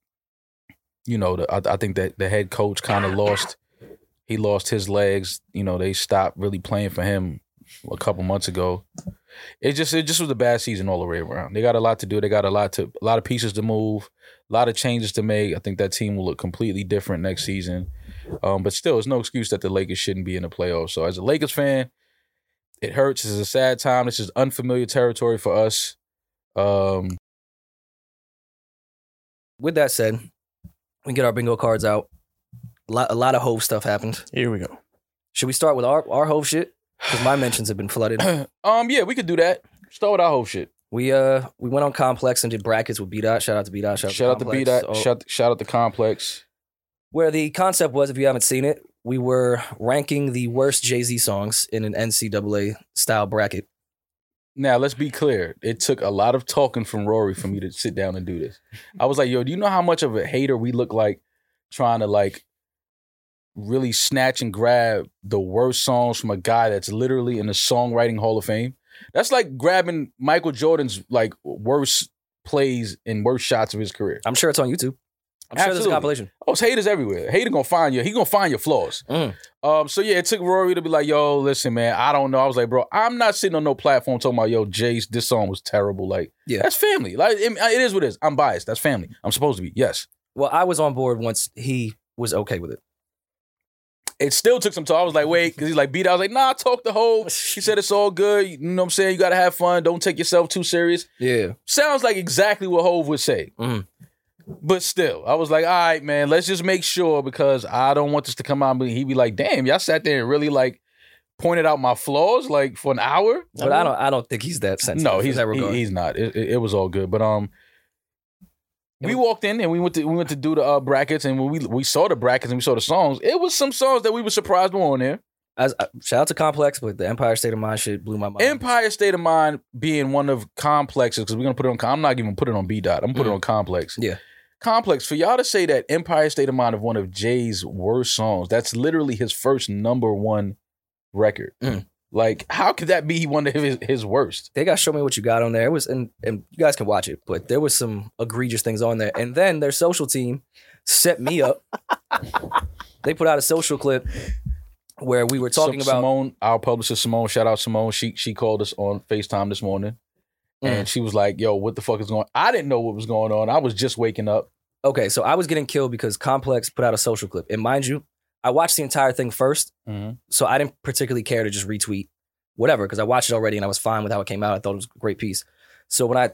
S1: you know, the, I, I think that the head coach kind of lost. He lost his legs. You know, they stopped really playing for him a couple months ago. It just it just was a bad season all the way around. They got a lot to do. They got a lot to a lot of pieces to move, a lot of changes to make. I think that team will look completely different next season. Um, but still, it's no excuse that the Lakers shouldn't be in the playoffs. So as a Lakers fan, it hurts. This is a sad time. This is unfamiliar territory for us. Um,
S2: With that said, we get our bingo cards out. A lot, a lot of Hove stuff happened.
S3: Here we go.
S2: Should we start with our, our Hove shit? Because my mentions have been flooded.
S1: um, yeah, we could do that. Start with our whole shit.
S2: We uh we went on Complex and did brackets with B Dot. Shout out to B Dot. Shout,
S1: Shout, out Oh. to B
S2: Complex.
S1: dot.
S2: So-
S1: shout, shout out to Complex.
S2: where the concept was, if you haven't seen it, we were ranking the worst Jay Z songs in an NCAA style bracket.
S1: Now let's be clear. It took a lot of talking from Rory for me to sit down and do this. I was like, "Yo, do you know how much of a hater we look like trying to like really snatch and grab the worst songs from a guy that's literally in the songwriting Hall of Fame? That's like grabbing Michael Jordan's like worst plays and worst shots of his career.
S2: I'm sure it's on YouTube. I'm sure there's a
S1: Absolutely.
S2: compilation.
S1: Oh, it's haters everywhere. Hater gonna find you. He gonna find your flaws.
S2: Mm.
S1: Um, so yeah, it took Rory to be like, yo, listen, man, I don't know. I was like, bro, I'm not sitting on no platform talking about, yo, Jace, this song was terrible. Like,
S2: Yeah.
S1: that's family. Like, it- it is what it is. I'm biased. That's family. I'm supposed to be. Yes.
S2: Well, I was on board once he was okay with it.
S1: It still took some time. I was like, wait, because he's like, beat. it. I was like, nah, talk the whole. He said it's all good. You know what I'm saying? You gotta have fun. Don't take yourself too serious.
S2: Yeah.
S1: Sounds like exactly what Hove would say.
S2: Mhm.
S1: But still, I was like, all right, man, let's just make sure because I don't want this to come out. But he'd be like, damn, y'all sat there and really like pointed out my flaws like for an hour.
S2: But I don't I don't think he's that sensitive.
S1: No,
S2: in
S1: he's
S2: that
S1: he-
S2: regard.
S1: he's not. It, it, it was all good, but um,
S2: It
S1: we
S2: was-
S1: walked in and we went to we went to do the uh, brackets, and when we we saw the brackets and we saw the songs, it was some songs that we were surprised were on there.
S2: As, uh, shout out to Complex, but the Empire State of Mind shit blew my mind.
S1: Empire State of Mind being one of complexes because we're gonna put it on. I'm not even putting it on B dot. I'm gonna put it on Complex.
S2: Mm. Yeah.
S1: Complex for y'all to say that Empire State of Mind of one of Jay's worst songs. That's literally his first number one record.
S2: Mm.
S1: Like, how could that be one of his, his worst?
S2: they got show me what you got on there. It was and and you guys can watch it, but there was some egregious things on there. And then their social team set me up. they put out a social clip where we were talking
S1: Sim-
S2: about
S1: Simone, our publisher Simone. Shout out Simone. She she called us on Facetime this morning, and
S2: Mm.
S1: she was like, "Yo, what the fuck is going?" I didn't know what was going on. I was just waking up.
S2: okay, so I was getting killed because Complex put out a social clip. And mind you, I watched the entire thing first, so I didn't particularly care to just retweet whatever because I watched it already and I was fine with how it came out. I thought it was a great piece. So when I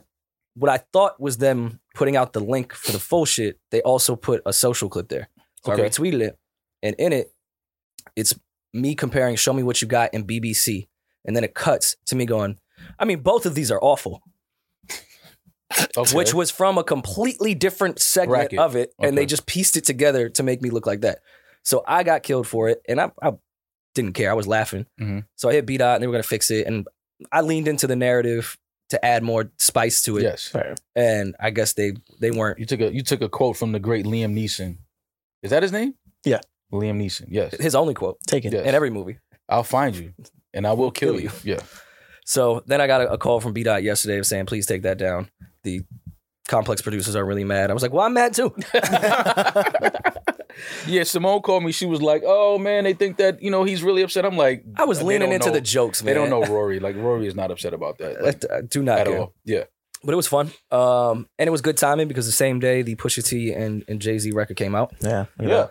S2: what I thought was them putting out the link for the full shit, they also put a social clip there. So I
S1: Okay.
S2: retweeted it, and in it, it's me comparing "Show Me What You Got" and BBC, and then it cuts to me going, "I mean, both of these are awful."
S1: Okay.
S2: which was from a completely different segment
S1: Bracket.
S2: of it, and they
S1: Okay.
S2: just pieced it together to make me look like that. So I got killed for it, and I, I didn't care. I was laughing.
S1: Mhm.
S2: So I hit B dot, and they were gonna fix it, and I leaned into the narrative to add more spice to it,
S1: yes.
S2: and I guess they they weren't.
S1: You took a you took a quote from the great Liam Neeson. Is that his name?
S3: Yeah.
S1: Liam Neeson. Yes.
S2: His only quote
S3: Take it.
S1: Yes.
S2: in every movie.
S1: I'll find you and I will kill, you. Yeah.
S2: So then I got a, a call from B dot yesterday saying, "Please take that down." The complex producers are really mad. I was like, "Well, I'm mad too."
S1: yeah, Simone called me. She was like, "Oh man, they think that, you know, he's really upset." I'm like,
S2: I was
S1: they
S2: leaning
S1: don't
S2: into
S1: know-
S2: the jokes,
S1: They don't
S2: man.
S1: know Rory. Like Rory is not upset about that like,
S2: I, I do not
S1: at
S2: care.
S1: all. Yeah.
S2: but it was fun. Um, and it was good timing because the same day the Pusha T and, and Jay Z record came out,
S3: Yeah. look at
S1: Yeah.
S3: that.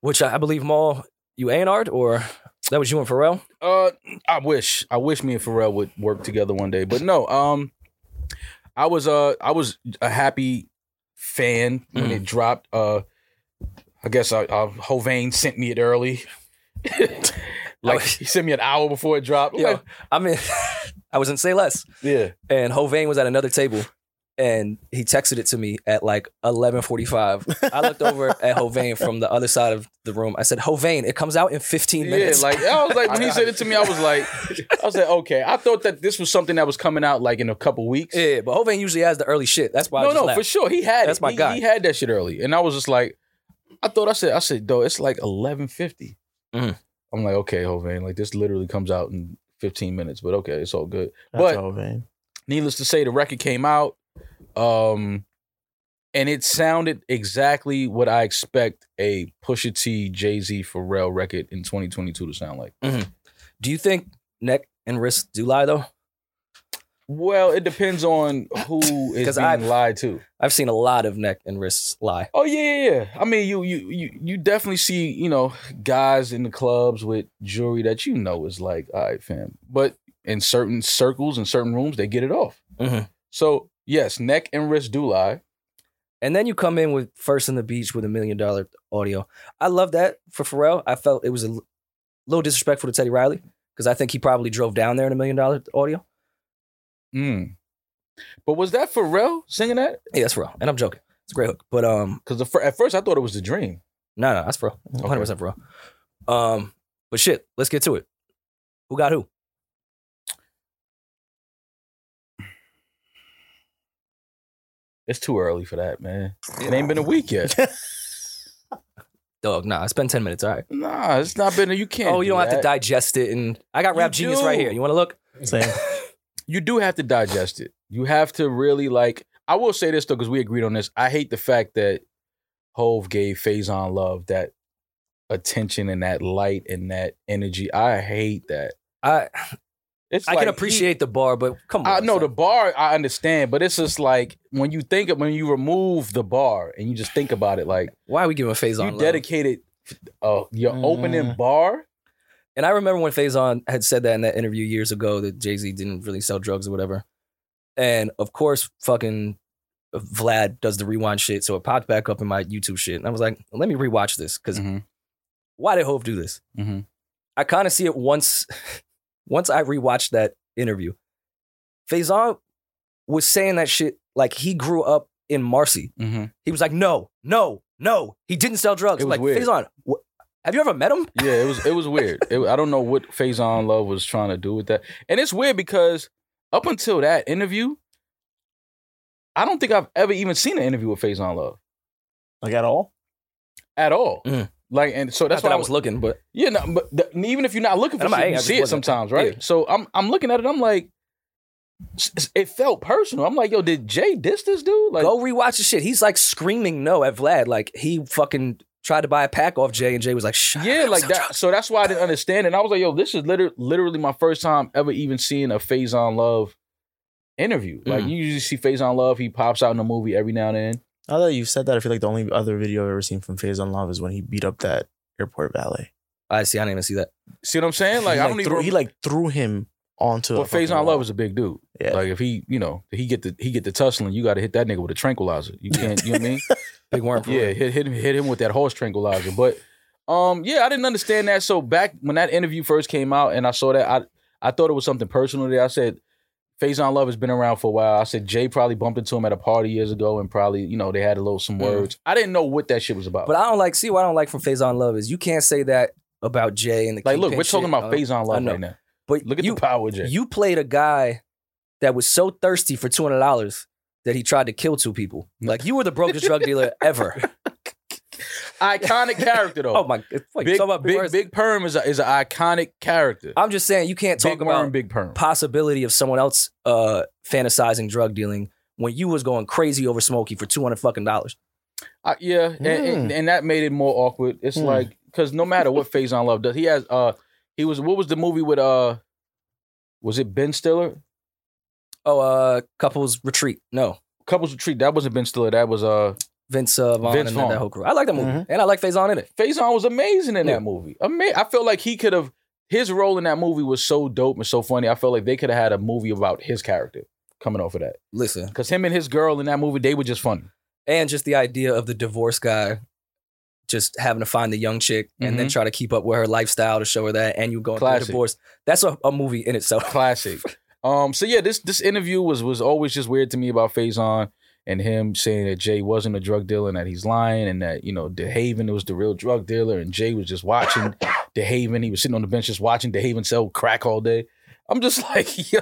S2: which I, I believe Maul, you A and R'd or that was you and Pharrell.
S1: Uh, I wish, I wish me and Pharrell would work together one day, but no. Um, I was uh, I was a happy fan when it dropped. Uh, I guess I, uh, Hovain sent me it early.
S2: Oh,
S1: like he sent me an hour before it dropped. I'm
S2: Yo,
S1: like,
S2: I mean, I was in Say Less,
S1: yeah,
S2: and Hovain was at another table, and he texted it to me at like eleven forty five. I looked over at Hovain from the other side of the room. I said, "Hovain, it comes out in fifteen
S1: yeah.
S2: minutes."
S1: Like I was like when he said it to me, I was like, I was like, okay. I thought that this was something that was coming out like in a couple weeks.
S2: yeah, but Hovain usually has the early shit. That's why. I
S1: no,
S2: just
S1: no,
S2: laughed.
S1: for sure. He had
S2: That's
S1: it.
S2: my
S1: he,
S2: guy.
S1: He had that shit early, and I was just like, I thought I said, I said, though, it's like eleven fifty.
S2: Mhm.
S1: I'm like, okay, Hovain, like this literally comes out in fifteen minutes, but okay, it's all good.
S3: That's
S1: But-
S3: all, man.
S1: Needless to say, the record came out, um, and it sounded exactly what I expect a Pusha T, Jay Z, Pharrell record in 2022 to sound like.
S2: Do you think neck and wrist do lie though?
S1: Well, it depends on who is
S2: 'Cause
S1: being
S2: I've-
S1: lied to.
S2: I've seen a lot of neck and wrists lie.
S1: Oh yeah, yeah, yeah. I mean, you, you, you, you definitely see, you know, guys in the clubs with jewelry that you know is like, all right, fam. But in certain circles and certain rooms, they get it off.
S2: Mhm.
S1: So yes, neck and wrist do lie.
S2: And then you come in with First on the Beach with a million dollar audio. I love that for Pharrell. I felt it was a l- little disrespectful to Teddy Riley because I think he probably drove down there in a million dollar audio.
S1: Mm. But was that Pharrell singing that?
S2: Yeah, that's Pharrell. And I'm joking. It's a great hook. But um,
S1: Because fir- at first I thought it was the dream.
S2: no, no, that's Pharrell. 100% Pharrell. Um, but shit, let's get to it. Who got who?
S1: It's too early for that, man. It ain't been a week yet.
S2: Dog, nah, it's been 10 minutes. All right.
S1: nah, it's not been. A, you can't.
S2: Oh, you don't have to
S1: that.
S2: digest it. And I got
S1: You
S2: Rap Genius
S1: do.
S2: right here. You want to look?
S3: Same.
S1: you do have to digest it. You have to really like. I will say this though, because we agreed on this. I hate the fact that Hove gave Faison love that attention and that light and that energy. I hate that.
S2: I
S1: It's
S2: I
S1: like
S2: can
S1: he-
S2: appreciate the bar, but come on.
S1: I know
S2: son.
S1: the bar. I understand, but it's just like when you think of when you remove the bar and you just think about it, like
S2: Why are we giving Faison?
S1: you
S2: love? Mm-hmm.
S1: dedicated uh, your
S3: Mm.
S1: opening bar.
S2: And I remember when Faison had said that in that interview years ago that Jay Z didn't really sell drugs or whatever. And of course, fucking Vlad does the rewind shit, so it popped back up in my YouTube shit, and I was like, let me rewatch this because
S1: Mhm,
S2: why did Hove do this?
S1: mhm.
S2: I kind of see it once. once I rewatched that interview, Faison was saying that shit like he grew up in Marcy.
S1: Mhm.
S2: He was like, no, no, no, he didn't sell drugs.
S1: It was
S2: like
S1: weird.
S2: Faison, wh- have you ever met him?
S1: Yeah, it was it was weird. It, I don't know what Faison Love was trying to do with that, and it's weird because up until that interview, I don't think I've ever even seen an interview with Faison Love
S3: Like at all?
S1: at all.
S2: Mm.
S1: Like, and so that's
S2: Not
S1: what
S2: that I was looking, but
S1: Yeah, no, but th- even if you're not looking for
S2: I'm not-
S1: shit,
S2: I
S1: you
S2: just
S1: see it
S2: wasn't.
S1: sometimes, right?
S2: Yeah.
S1: So I'm I'm looking at it. I'm like, s- s- it felt personal. I'm like, yo, did Jay diss this dude? Like,
S2: go rewatch the shit. He's like screaming no at Vlad. Like he fucking tried to buy a pack off Jay, and Jay was like, "Shut
S1: yeah,
S2: up,
S1: like
S2: stop
S1: that. So that's why I didn't understand. it. And I was like, yo, this is liter- literally my first time ever even seeing a Phase on Love interview. Like,
S2: Mm.
S1: you usually see Phase on Love. He pops out in a movie every now and then.
S3: Now that you've said that, I feel like the only other video I've ever seen from Phase on Love is when he beat up that airport valet.
S2: I see. I didn't even see that.
S1: See what I'm saying? Like,
S3: he,
S1: I don't even.
S3: threw, he like threw him onto.
S1: but Phase on Love is a big dude.
S3: Yeah.
S1: Like if he, you know, he get the he get the tussling, you got to hit that nigga with a tranquilizer. You can't, you know what I mean?
S2: Big worm. for
S1: Yeah,
S2: real.
S1: hit, hit him hit him with that horse tranquilizer. But um, yeah, I didn't understand that. So back when that interview first came out and I saw that, I I thought it was something personal. That I said, Faison Love has been around for a while. I said Jay probably bumped into him at a party years ago and probably you know they had a little some
S2: Mm.
S1: words. I didn't know what that shit was about.
S2: But I don't like. See what I don't like from Faison Love is you can't say that about Jay and the
S1: like, look,
S2: Kingpin
S1: we're talking
S2: shit.
S1: about
S2: Uh,
S1: Faison
S2: I
S1: Love
S2: know.
S1: right now.
S2: But
S1: Look at
S2: you,
S1: the power, Jay.
S2: you played a guy that was so thirsty for two hundred dollars that he tried to kill two people. Like you were the brokest drug dealer ever.
S1: Oh. iconic character though.
S2: Oh my! Wait,
S1: big,
S2: so about
S1: big,
S2: worse.
S1: Big Perm is a, is an iconic character.
S2: I'm just saying you can't talk
S1: big
S2: about
S1: Worm, Big Perm.
S2: possibility of someone else uh fantasizing drug dealing when you was going crazy over Smokey for two hundred fucking dollars.
S1: I, yeah, and,
S2: Hmm.
S1: and, and that made it more awkward. It's
S3: Hmm.
S1: like because no matter what Faison Love does, he has uh he was what was the movie with uh was it Ben Stiller?
S2: Oh, uh, couples retreat. No,
S1: Couples Retreat. That wasn't Ben Stiller. That was uh
S2: Vince uh, Vaughn Mm-hmm.
S1: Vince
S2: and
S1: Vaughn.
S2: that whole crew. I like that movie,
S3: Mhm.
S2: and I like Faison in it.
S1: Faison was amazing in
S2: Yeah.
S1: that movie. Ama- I feel like he could have his role in that movie was so dope and so funny. I felt like they could have had a movie about his character coming off of that
S2: Listen,
S1: because him and his girl in that movie they were just funny.
S2: and just the idea of the divorce guy just having to find the young chick and then try to keep up with her lifestyle to show her that, and you going through a
S1: Classic.
S2: divorce. That's a, a movie in itself.
S1: classic. Um, so yeah, this this interview was was always just weird to me about Faison and him saying that Jay wasn't a drug dealer and that he's lying and that you know DeHaven was the real drug dealer and Jay was just watching DeHaven. He was sitting on the bench just watching DeHaven sell crack all day. I'm just like, yo,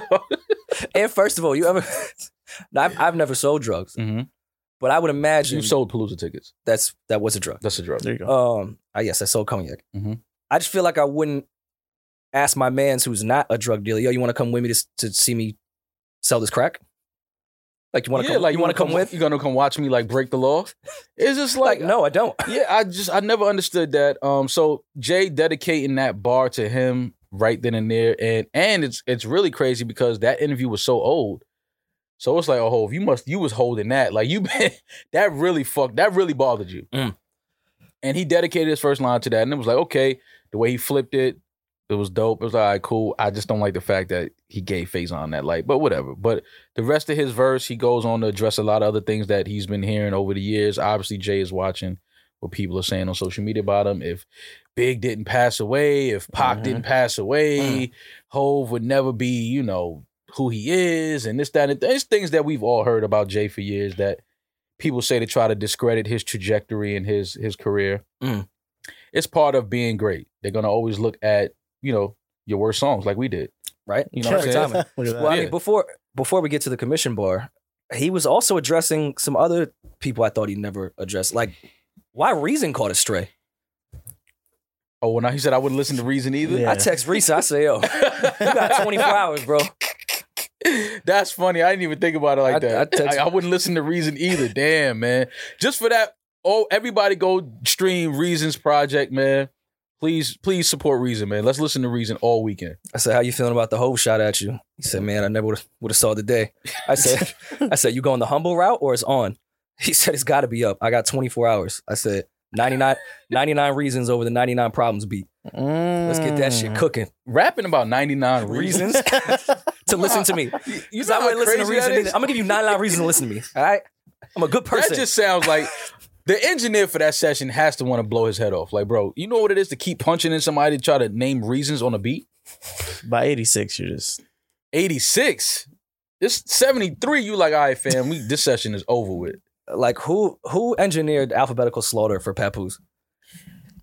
S2: and first of all, you ever? Now, I've, I've never sold drugs, but I would imagine
S1: you sold Palooza tickets.
S2: that's that was a drug.
S1: That's a drug.
S3: There you go.
S2: Um, I yes, I sold cognac.
S1: Mhm.
S2: I just feel like I wouldn't ask my man's who's not a drug dealer, yo, you want to come with me to, to see me sell this crack? Like you want to
S1: Yeah,
S2: come? you want to come, with?
S1: You gonna come watch me like break the law? It's just
S2: Like
S1: like,
S2: no, I don't.
S1: yeah, I just I never understood that. Um, so Jay dedicating that bar to him right then and there. And and it's it's really crazy because that interview was so old. So it's like, oh, Hov, you must you was holding that. Like you been that really fucked that really bothered you.
S2: Mm.
S1: And he dedicated his first line to that. And it was like, okay, the way he flipped it, it was dope. It was like, all right, cool. I just don't like the fact that he gave Faison that light, but whatever. But the rest of his verse, he goes on to address a lot of other things that he's been hearing over the years. Obviously, Jay is watching what people are saying on social media about him. If Big didn't pass away, if Pac
S3: Mhm.
S1: didn't pass away, Hove would never be, you know, who he is, and this, that, and there's things that we've all heard about Jay for years that people say to try to discredit his trajectory and his his career.
S2: Mm.
S1: It's part of being great. They're gonna always look at, you know, your worst songs like we did.
S2: right?
S1: You know what I'm
S2: Perfect
S1: saying?
S2: timing.
S3: Look at that.
S2: Well, I
S1: Yeah.
S2: mean, before before we get to the commission bar, he was also addressing some other people I thought he never addressed. Like, why Reason caught a stray?
S1: Oh, well, now he said I wouldn't listen to Reason either.
S3: Yeah.
S2: I text Reason, I say, yo, you got 24 hours, bro.
S1: That's funny. I didn't even think about it like
S2: I-
S1: that. I,
S2: I text-
S1: I wouldn't listen to Reason either. Damn, man. Just for that. Oh, everybody go stream Reason's project, man. Please, please support Reason, man. Let's listen to Reason all weekend.
S2: I said, how you feeling about the whole shot at you? He said, man, I never would have saw the day. I said, I said, you going the humble route or it's on? He said, it's got to be up. I got 24 hours. I said, 99, 99 reasons over the 99 problems beat. Let's get
S1: Mm.
S2: that
S3: Mm.
S2: shit cooking.
S1: Rapping about 99 reasons.
S2: Reasons to listen to me.
S1: You
S2: Because I wouldn't listen to reason.
S1: that
S2: either.
S1: is?
S2: I'm gonna give you nine line reason to listen to me. All right, I'm a good person.
S1: That just sounds like the engineer for that session has to want to blow his head off. Like, bro, you know what it is to keep punching in somebody to try to name reasons on a beat?
S3: By 86, you're just
S1: 86. It's 73. You like, all right, fam, we this session is over with.
S2: like who who engineered alphabetical slaughter for Papoose?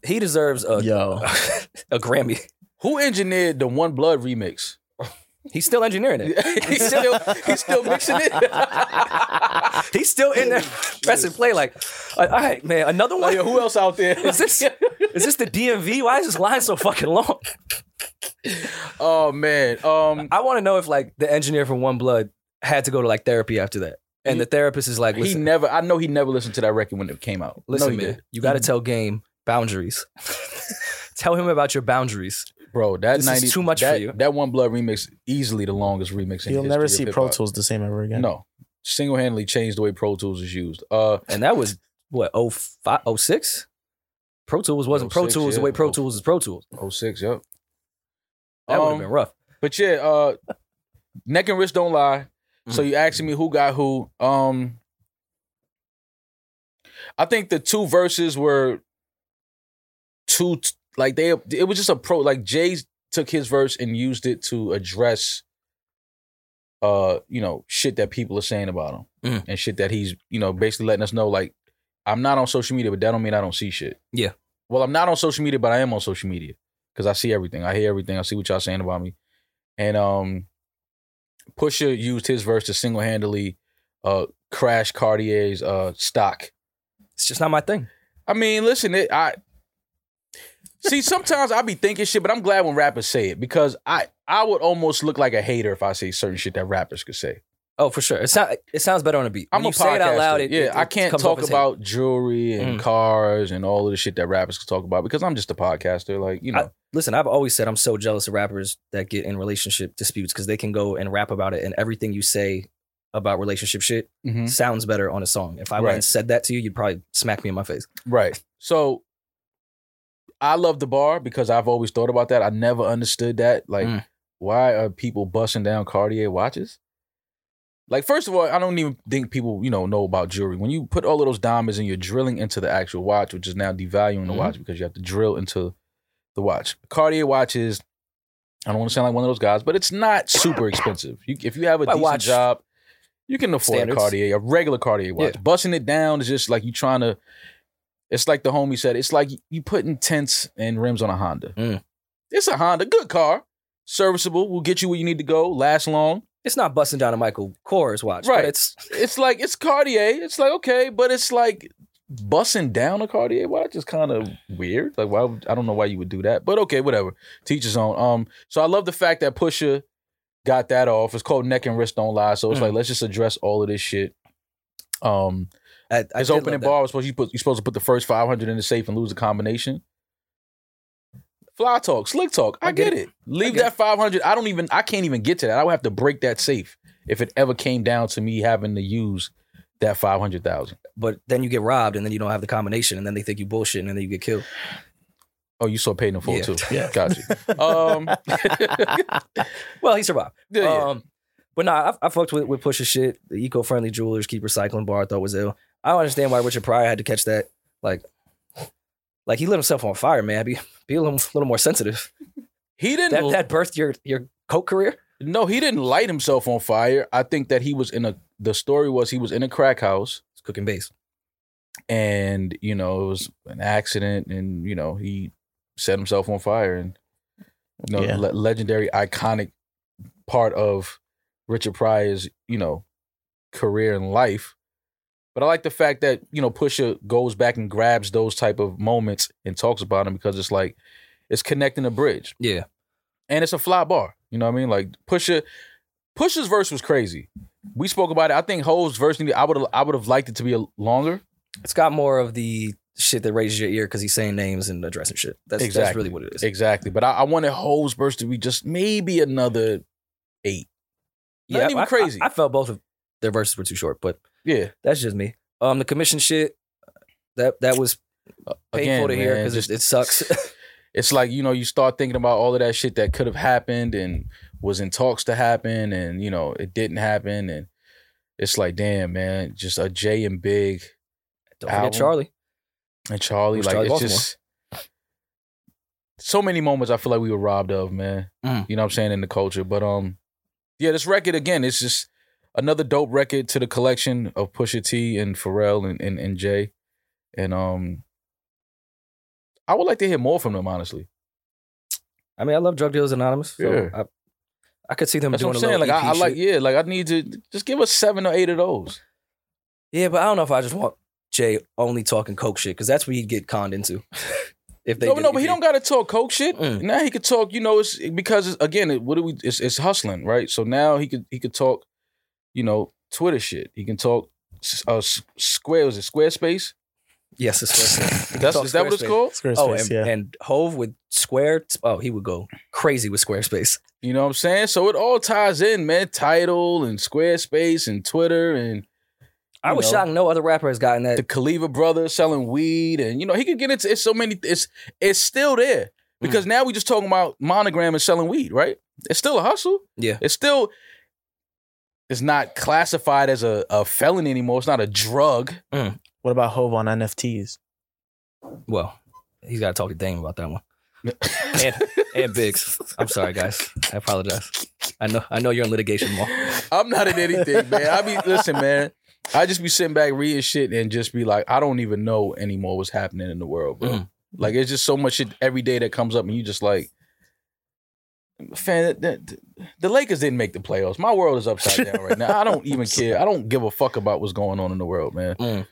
S2: He deserves a
S3: yo.
S2: a Grammy.
S1: Who engineered the One Blood remix?
S2: He's still engineering it.
S1: he's still he's still mixing it.
S2: He's still in there pressing play. Like, all right, man, another
S1: Like,
S2: one.
S1: yo, Oh, who else out there?
S2: Is this is this the DMV? Why is this line so fucking long?
S1: oh man. Um
S2: I want to know if like the engineer from One Blood had to go to like therapy after that, and the therapist is like,
S1: he
S2: listen,
S1: never I know he never listened to that record when it came out. I know
S2: listen,
S1: he
S2: man,
S1: did.
S2: you got to tell game boundaries. tell him about your boundaries.
S1: Bro, that
S2: This is
S1: 90
S2: too much for
S1: that,
S2: you.
S1: That One Blood remix easily the longest remix in
S3: You'll
S1: the
S3: never
S1: history
S3: see
S1: of
S3: Pro
S1: hip-hop.
S3: Tools the same ever again.
S1: No. Single handedly changed the way Pro Tools is used. Uh
S2: And that was what, 05, 06? Pro Tools wasn't Pro
S1: 06,
S2: Tools the
S1: yeah.
S2: way Pro
S1: Oh.
S2: Tools is Pro Tools.
S1: 06, yep.
S2: That would
S1: Um,
S2: have been rough.
S1: But yeah, uh neck and wrist don't lie. So
S2: Mhm.
S1: you asking me who got who. Um I think the two verses were two t- like they it was just a pro like Jay took his verse and used it to address uh, you know, shit that people are saying about him.
S2: Mhm.
S1: And shit that he's, you know, basically letting us know like I'm not on social media, but that don't mean I don't see shit.
S2: Yeah.
S1: Well, I'm not on social media, but I am on social media. Cause I see everything. I hear everything. I see what y'all saying about me. And um Pusha used his verse to single handedly uh crash Cartier's uh stock.
S2: It's just not my thing.
S1: I mean, listen, it, I see sometimes I be thinking shit, but I'm glad when rappers say it because I I would almost look like a hater if I say certain shit that rappers could say.
S2: Oh, for sure. It sound, it sounds better on a beat.
S1: I'm
S2: When
S1: a
S2: you say it out loud.
S1: podcaster.
S2: It,
S1: yeah,
S2: it-
S1: I
S2: it
S1: can't
S2: comes off
S1: talk
S2: as hate.
S1: about jewelry and
S2: Mm.
S1: cars and all of the shit that rappers could talk about because I'm just a podcaster. Like you know,
S2: I- Listen, I've always said I'm so jealous of rappers that get in relationship disputes because they can go and rap about it, and everything you say about relationship shit
S1: Mhm.
S2: sounds better on a song. If I
S1: Right.
S2: went and said that to you, you'd probably smack me in my face.
S1: Right. So I love the bar because I've always thought about that. I never understood that. Like,
S2: Mm.
S1: why are people busting down Cartier watches? Like, first of all, I don't even think people, you know, know about jewelry. When you put all of those diamonds and you're drilling into the actual watch, which is now devaluing the
S2: Mhm.
S1: watch because you have to drill into the watch. Cartier watches, I don't want to sound like one of those guys, but it's not super expensive. You, if you have a
S2: By
S1: decent
S2: watch
S1: job, you can afford
S2: standards.
S1: a Cartier, a regular Cartier watch.
S2: Yeah.
S1: Busting it down is just like you trying to it's like the homie said. It's like you putting tents and rims on a Honda.
S2: Mm.
S1: It's a Honda, good car, serviceable. Will get you where you need to go. Last long.
S2: It's not busting down a Michael Kors watch,
S1: Right.
S2: But it's
S1: It's like it's Cartier. It's like okay, but it's like bussing down a Cartier watch is kind of weird. Like why? Would, I don't know why you would do that, but okay, whatever. Teach his own. Um. So I love the fact that Pusha got that off. It's called Neck and Wrist Don't Lie. So it's
S2: Mm.
S1: like let's just address all of this shit. Um.
S2: I, I
S1: His
S2: did
S1: opening
S2: love that.
S1: bar was supposed you put you're supposed to put the first 500 in the safe and lose the combination. Fly talk, slick talk. I, get, it. Leave
S2: get
S1: that 500. I don't even, I can't even get to that. I would have to break that safe if it ever came down to me having to use that 500,000.
S2: But then you get robbed, and then you don't have the combination, and then they think you bullshit, and then you get killed.
S1: Oh, you saw paid in full
S2: Yeah.
S1: too.
S3: Yeah.
S1: Got you. Um,
S2: Well, he survived.
S1: yeah, yeah.
S2: Um, but nah, I, I fucked with, with Pusha shit. The eco-friendly jewelers keep recycling bar. I thought was ill. I don't understand why Richard Pryor had to catch that. Like, like he lit himself on fire, man. Be be a little, little more sensitive.
S1: he didn't,
S2: That that birthed your your coke career.
S1: no, he didn't light himself on fire. I think that he was in a, the story was he was in a crack house
S2: It's cooking base.
S1: and, you know, it was an accident and, you know, he set himself on fire and, you know,
S3: Yeah.
S1: le- legendary, iconic part of Richard Pryor's, you know, career and life. But I like the fact that, you know, Pusha goes back and grabs those type of moments and talks about them because it's like, it's connecting a bridge.
S2: Yeah.
S1: And it's a fly bar. You know what I mean? Like Pusha, Pusha's verse was crazy. We spoke about it. I think Ho's verse, needed- I would I would have liked it to be a longer.
S2: It's got more of the shit that raises your ear because he's saying names and addressing shit. That's that's
S1: Exactly.
S2: really what it is.
S1: Exactly. But I, I wanted Ho's verse to be just maybe another eight. Not even
S2: I- I-
S1: crazy.
S2: I, felt both of their verses were too short, but
S1: yeah.
S2: that's just me. Um, the commission shit. That that was uh, painful
S1: Again,
S2: to hear
S1: man,
S2: because
S1: just-
S2: it, it sucks.
S1: it's like you know you start thinking about all of that shit that could have happened and was in talks to happen and you know it didn't happen and it's like damn man just a Jay and Big
S2: Don't
S1: Album.
S2: forget Charlie.
S1: and Charlie
S2: Who's
S1: like
S2: Charlie
S1: it's just so many moments I feel like we were robbed of man
S2: Mm.
S1: you know what I'm saying in the culture but um yeah this record again it's just another dope record to the collection of Pusha T and Pharrell and and, and Jay and um I would like to hear more from them honestly.
S2: I mean, I love Drug Dealers Anonymous. So
S1: Yeah.
S2: I, I could see them
S1: That's
S2: doing
S1: what I'm
S2: a
S1: saying.
S2: little
S1: Like I, I
S2: EP
S1: like,
S2: shit.
S1: yeah, like I need to just give us seven or eight of those.
S2: Yeah, but I don't know if I just want Jay only talking coke shit because that's what he'd get conned into. if they E
S1: no,
S2: did
S1: no, but he
S2: EP.
S1: don't got to talk coke shit.
S2: Mm.
S1: Now he could talk. You know, it's because it's, again, it, what do we? It's, it's hustling, right? So now he could he could talk. You know, Twitter shit. He can talk. s- Uh, s- square was it Squarespace?
S2: Yes, it's Squarespace.
S1: That's
S2: Talk
S1: is that what it's
S2: Squarespace.
S1: called?
S3: Squarespace,
S2: Oh, and,
S3: yeah.
S2: and Hove with Square. Oh, he would go crazy with Squarespace.
S1: You know what I'm saying? So it all ties in, man. Title and Squarespace and Twitter and
S2: I
S1: You
S2: was
S1: know.
S2: shocked no other rapper has gotten that.
S1: the Khalifa brothers selling weed and you know he could get into it's so many. It's it's still
S2: Mm.
S1: there because now we just talking about monogram and selling weed, right? It's still a hustle.
S2: yeah,
S1: it's still it's not classified as a, a felony anymore. It's not a drug.
S3: What about Hove on NFTs?
S2: well, he's got to talk to Dame about that one. and, and Biggs. I'm sorry, guys. I apologize. I know I know you're in litigation, Mark.
S1: I'm not in anything, man. I be listen, man. I just be sitting back reading shit and just be like, I don't even know anymore what's happening in the world, bro.
S2: Mhm.
S1: Like it's just so much shit every day that comes up, and you just like, fan, the, the- the Lakers didn't make the playoffs. My world is upside down right now. I don't even care. I don't give a fuck about what's going on in the world, man.
S2: Mm.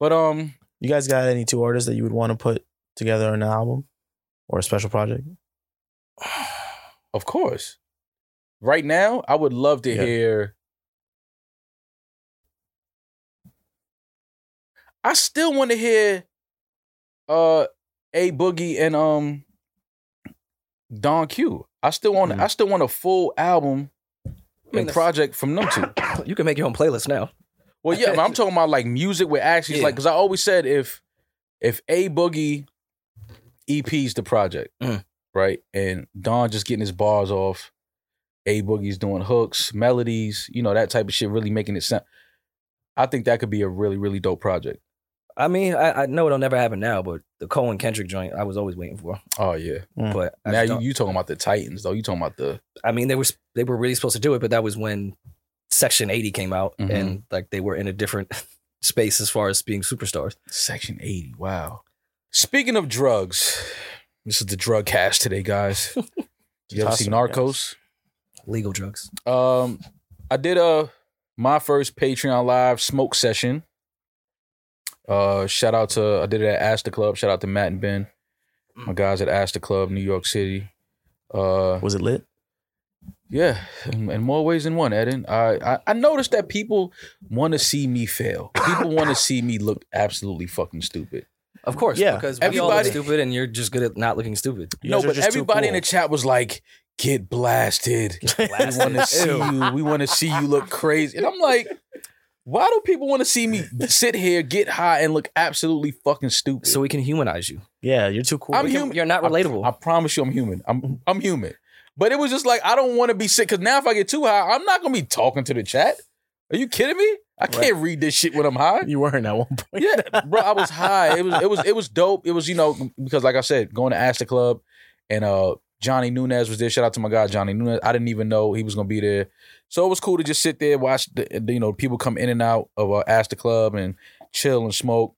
S1: But um,
S3: You guys got any two artists that you would want to put together on an album or a special project?
S1: Of course. Right now, I would love to
S3: Yeah.
S1: hear. I still want to hear uh A Boogie and um Don Q. I still want I still want a full album
S2: I mean,
S1: and
S2: that's-
S1: project from them two.
S2: You can make your own playlist now.
S1: Well, yeah, but I'm talking about like music with actually
S2: Yeah.
S1: like because I always said if if a boogie EPs the project,
S2: Mhm.
S1: right, and Don just getting his bars off, a boogie's doing hooks, melodies, you know that type of shit, really making it sound. I think that could be a really really dope project.
S2: I mean, I, I know it'll never happen now, but the Cole and Kendrick joint, I was always waiting for.
S1: Oh yeah,
S3: Mm.
S2: But I
S1: now
S2: just
S1: you,
S2: don't-
S1: you talking about the Titans though? You talking about the
S2: I mean, they were they were really supposed to do it, but that was when Section 80 came out,
S1: Mhm.
S2: and like they were in a different space as far as being superstars.
S1: Section 80. Wow. Speaking of drugs, this is the drug cast today, guys. you ever see
S3: Awesome,
S1: Narcos?
S3: guys.
S2: Legal drugs.
S1: Um, I did uh my first Patreon live smoke session. Uh, shout out to I did it at Asta Club. Shout out to Matt and Ben,
S3: Mm.
S1: my guys at Asta Club, New York City. Uh,
S3: Was it lit?
S1: yeah, in, in more ways than one, Eden. I, I I noticed that people want to see me fail. People want to see me look absolutely fucking stupid.
S2: Of course,
S3: Yeah.
S2: because we all look
S1: Everybody-
S2: stupid, and you're just good at not looking stupid.
S3: You
S1: no,
S3: guys are
S1: but
S3: just too
S1: everybody in
S3: cool.
S1: the chat was like, "Get blasted! We want to see you. We want to see you look crazy." And I'm like, "Why do people want to see me sit here, get high, and look absolutely fucking stupid?"
S2: So we can humanize you.
S3: Yeah, you're too cool.
S1: I'm
S3: We can-
S1: human.
S2: You're not
S1: I-
S2: relatable. Mm-hmm.
S1: I, promise you, I'm human. I'm I'm human. But it was just like I don't want to be sick because now if I get too high, I'm not gonna be talking to the chat. Are you kidding me? I can't read this shit when I'm high.
S3: You weren't at one point.
S1: Yeah, bro, I was high. It was it was it was dope. It was you know because like I said, going to Ask the Club and uh Johnny Nunez was there. Shout out to my guy Johnny Nunez. I didn't even know he was gonna be there, so it was cool to just sit there, watch the, the you know people come in and out of uh, Ask the Club and chill and smoke.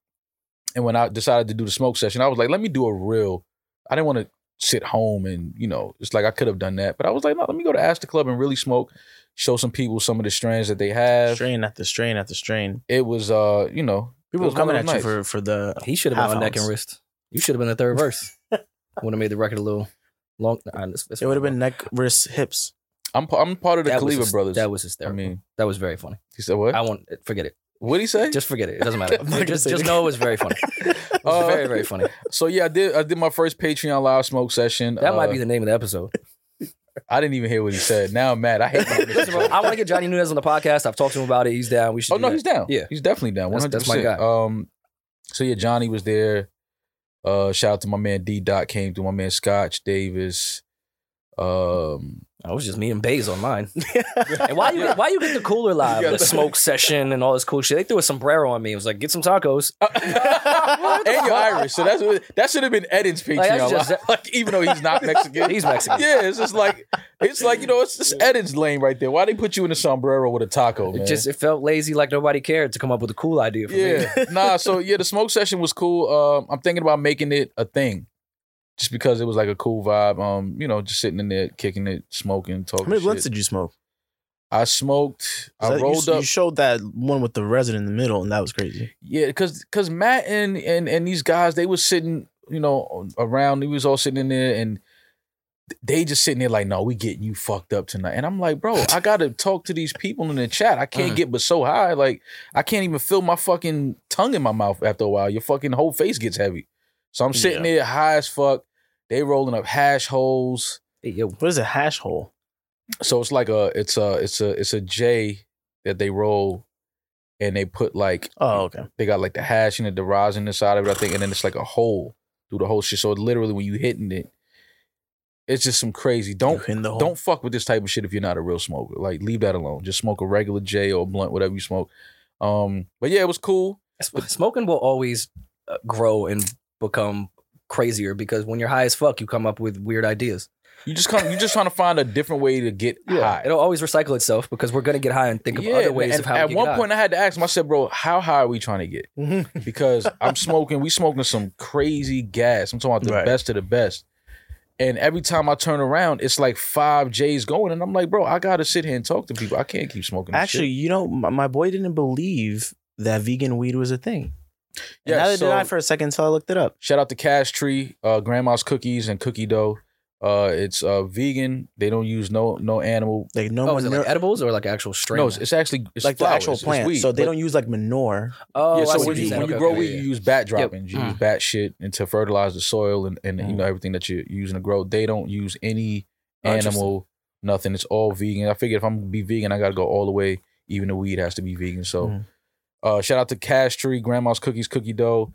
S1: And when I decided to do the smoke session, I was like, let me do a real. I didn't want to sit home and you know it's like I could have done that, but I was like, no, let me go to Ask the Club and really smoke, show some people some of the strands that they have.
S3: Strain after strain after strain.
S1: It was uh you know
S3: People
S1: It
S3: were
S1: was one
S3: coming at
S1: of
S3: you
S1: those
S3: for for the.
S2: He should have
S3: Half
S2: been on neck and
S3: ounce.
S2: wrist. You should have been the third verse. Would have made the record a little long. Nah, it's- it's
S3: It would have
S2: fine.
S3: been neck, wrist, hips.
S1: I'm pa- I'm part of the
S2: That was
S1: Khalifa
S2: hys-
S1: brothers.
S2: That was hysterical.
S1: I mean,
S2: that was very funny.
S1: he said what?
S2: I won't forget it.
S1: What did he say?
S2: Just forget it. It doesn't matter.
S3: I'm not gonna
S2: just
S3: say
S2: just
S3: it.
S2: know it was very funny. It was
S1: Uh,
S2: very very funny.
S1: So yeah, I did. I did my first Patreon live smoke session.
S2: That might
S1: Uh,
S2: be the name of the episode.
S1: I didn't even hear what he said. Now I'm mad. I hate. my
S2: First of all, I want to get Johnny Nunez on the podcast. I've talked to him about it. He's down. We should.
S1: Oh
S2: do
S1: no,
S2: that.
S1: he's down.
S2: Yeah.
S1: he's definitely down. One
S2: That's-
S1: hundred
S2: that's my
S1: percent. Um, so yeah, Johnny was there. Uh, shout out to my man D Dot came through. My man Scotch Davis. Um,
S2: I Oh, was just me and Bays on mine. and why you why you get the cooler live,
S1: You got
S2: the
S1: the-
S2: smoke session, and all this cool shit? They threw a sombrero on me. It was like, get some tacos.
S1: and you're Irish, so that's what, that should have been Eden's Patreon.
S2: Like, that's
S1: live.
S2: just-
S1: Like, even though he's not Mexican,
S2: He's Mexican.
S1: Yeah, it's just like it's like you know it's it's Eden's lane right there. Why they put you in a sombrero with a taco? Man?
S2: It just it felt lazy, like nobody cared to come up with a cool idea for me.
S1: yeah, nah. So yeah, the smoke session was cool. Um, I'm thinking about making it a thing, just because it was like a cool vibe. Um, you know, just sitting in there kicking it, smoking, talking.
S3: How many
S1: shit.
S3: blunts did you smoke?
S1: I smoked.
S3: Is that-
S1: I
S3: you-
S1: rolled
S3: you,
S1: up.
S3: showed that one with the resin in the middle, and that was crazy.
S1: Yeah, because because Matt and and and these guys they was sitting, you know, around. We was all sitting in there, and they just sitting there like, "No, we getting you fucked up tonight." And I'm like, "Bro, I gotta talk to these people in the chat. I can't
S2: Mhm.
S1: get but so high. Like, I can't even feel my fucking tongue in my mouth after a while. Your fucking whole face gets heavy. So I'm sitting there high as fuck. They rolling up hash holes.
S2: Hey, yo,
S3: What is a hash hole?
S1: So it's like a it's a it's a it's a J that they roll, and they put like
S3: Oh, okay.
S1: they got like the hash and the rosin inside of it, I think, and then it's like a hole through the whole shit. So it literally, when you hitting it, it's just some crazy. Don't
S3: in the hole.
S1: don't fuck with this type of shit if you're not a real smoker. Like leave that alone. Just smoke a regular J or a blunt, whatever you smoke. Um, but yeah, it was cool.
S2: s- smoking will always uh, grow and become crazier because when you're high as fuck, you come up with weird ideas.
S1: You just come. You're just trying to find a different way to get high.
S2: it'll always recycle itself because we're gonna get high and think of other ways
S1: and
S2: of how
S1: at
S2: we can
S1: one
S2: get
S1: point I had to ask him. I said, "Bro, how high are we trying to get?"
S2: Mm-hmm.
S3: Mhm.
S1: because I'm smoking. We smoking some crazy gas. I'm talking about the
S3: Right.
S1: best of the best. And every time I turn around, it's like five J's going, and I'm like, bro, I gotta sit here and talk to people. I can't keep smoking. this
S3: Actually,
S1: shit.
S3: you know, my, my boy didn't believe that vegan weed was a thing.
S1: Yeah,
S3: Yeah, neither
S1: so-
S3: did I for a second until I looked it up.
S1: shout out to Cash Tree, uh, Grandma's Cookies, and Cookie Dough. Uh, it's uh, vegan. They don't use no no animal.
S3: Like no
S2: Oh,
S3: more
S2: is it like edibles or like actual strain?
S1: No, it's, it's actually it's
S3: like the
S1: flowers.
S3: actual
S1: It's
S3: plant.
S1: weed.
S3: so they
S1: But-
S3: don't use like manure.
S2: Oh,
S1: yeah,
S2: I see
S1: so
S2: what
S1: when
S2: you're
S1: you,
S2: saying.
S1: when you
S2: Okay,
S1: grow
S2: okay,
S1: weed,
S2: yeah,
S1: you
S2: yeah.
S1: use bat
S2: Yep.
S1: droppings, you
S2: Mm.
S1: use bat shit and to fertilize the soil and, and you know everything that you're using to grow. They don't use any
S2: Oh, interesting.
S1: animal, nothing. It's all vegan. I figured if I'm gonna be vegan, I gotta go all the way. Even the weed has to be vegan. So
S3: Mm.
S1: uh, shout out to Cash Tree, Grandma's Cookies, Cookie Dough,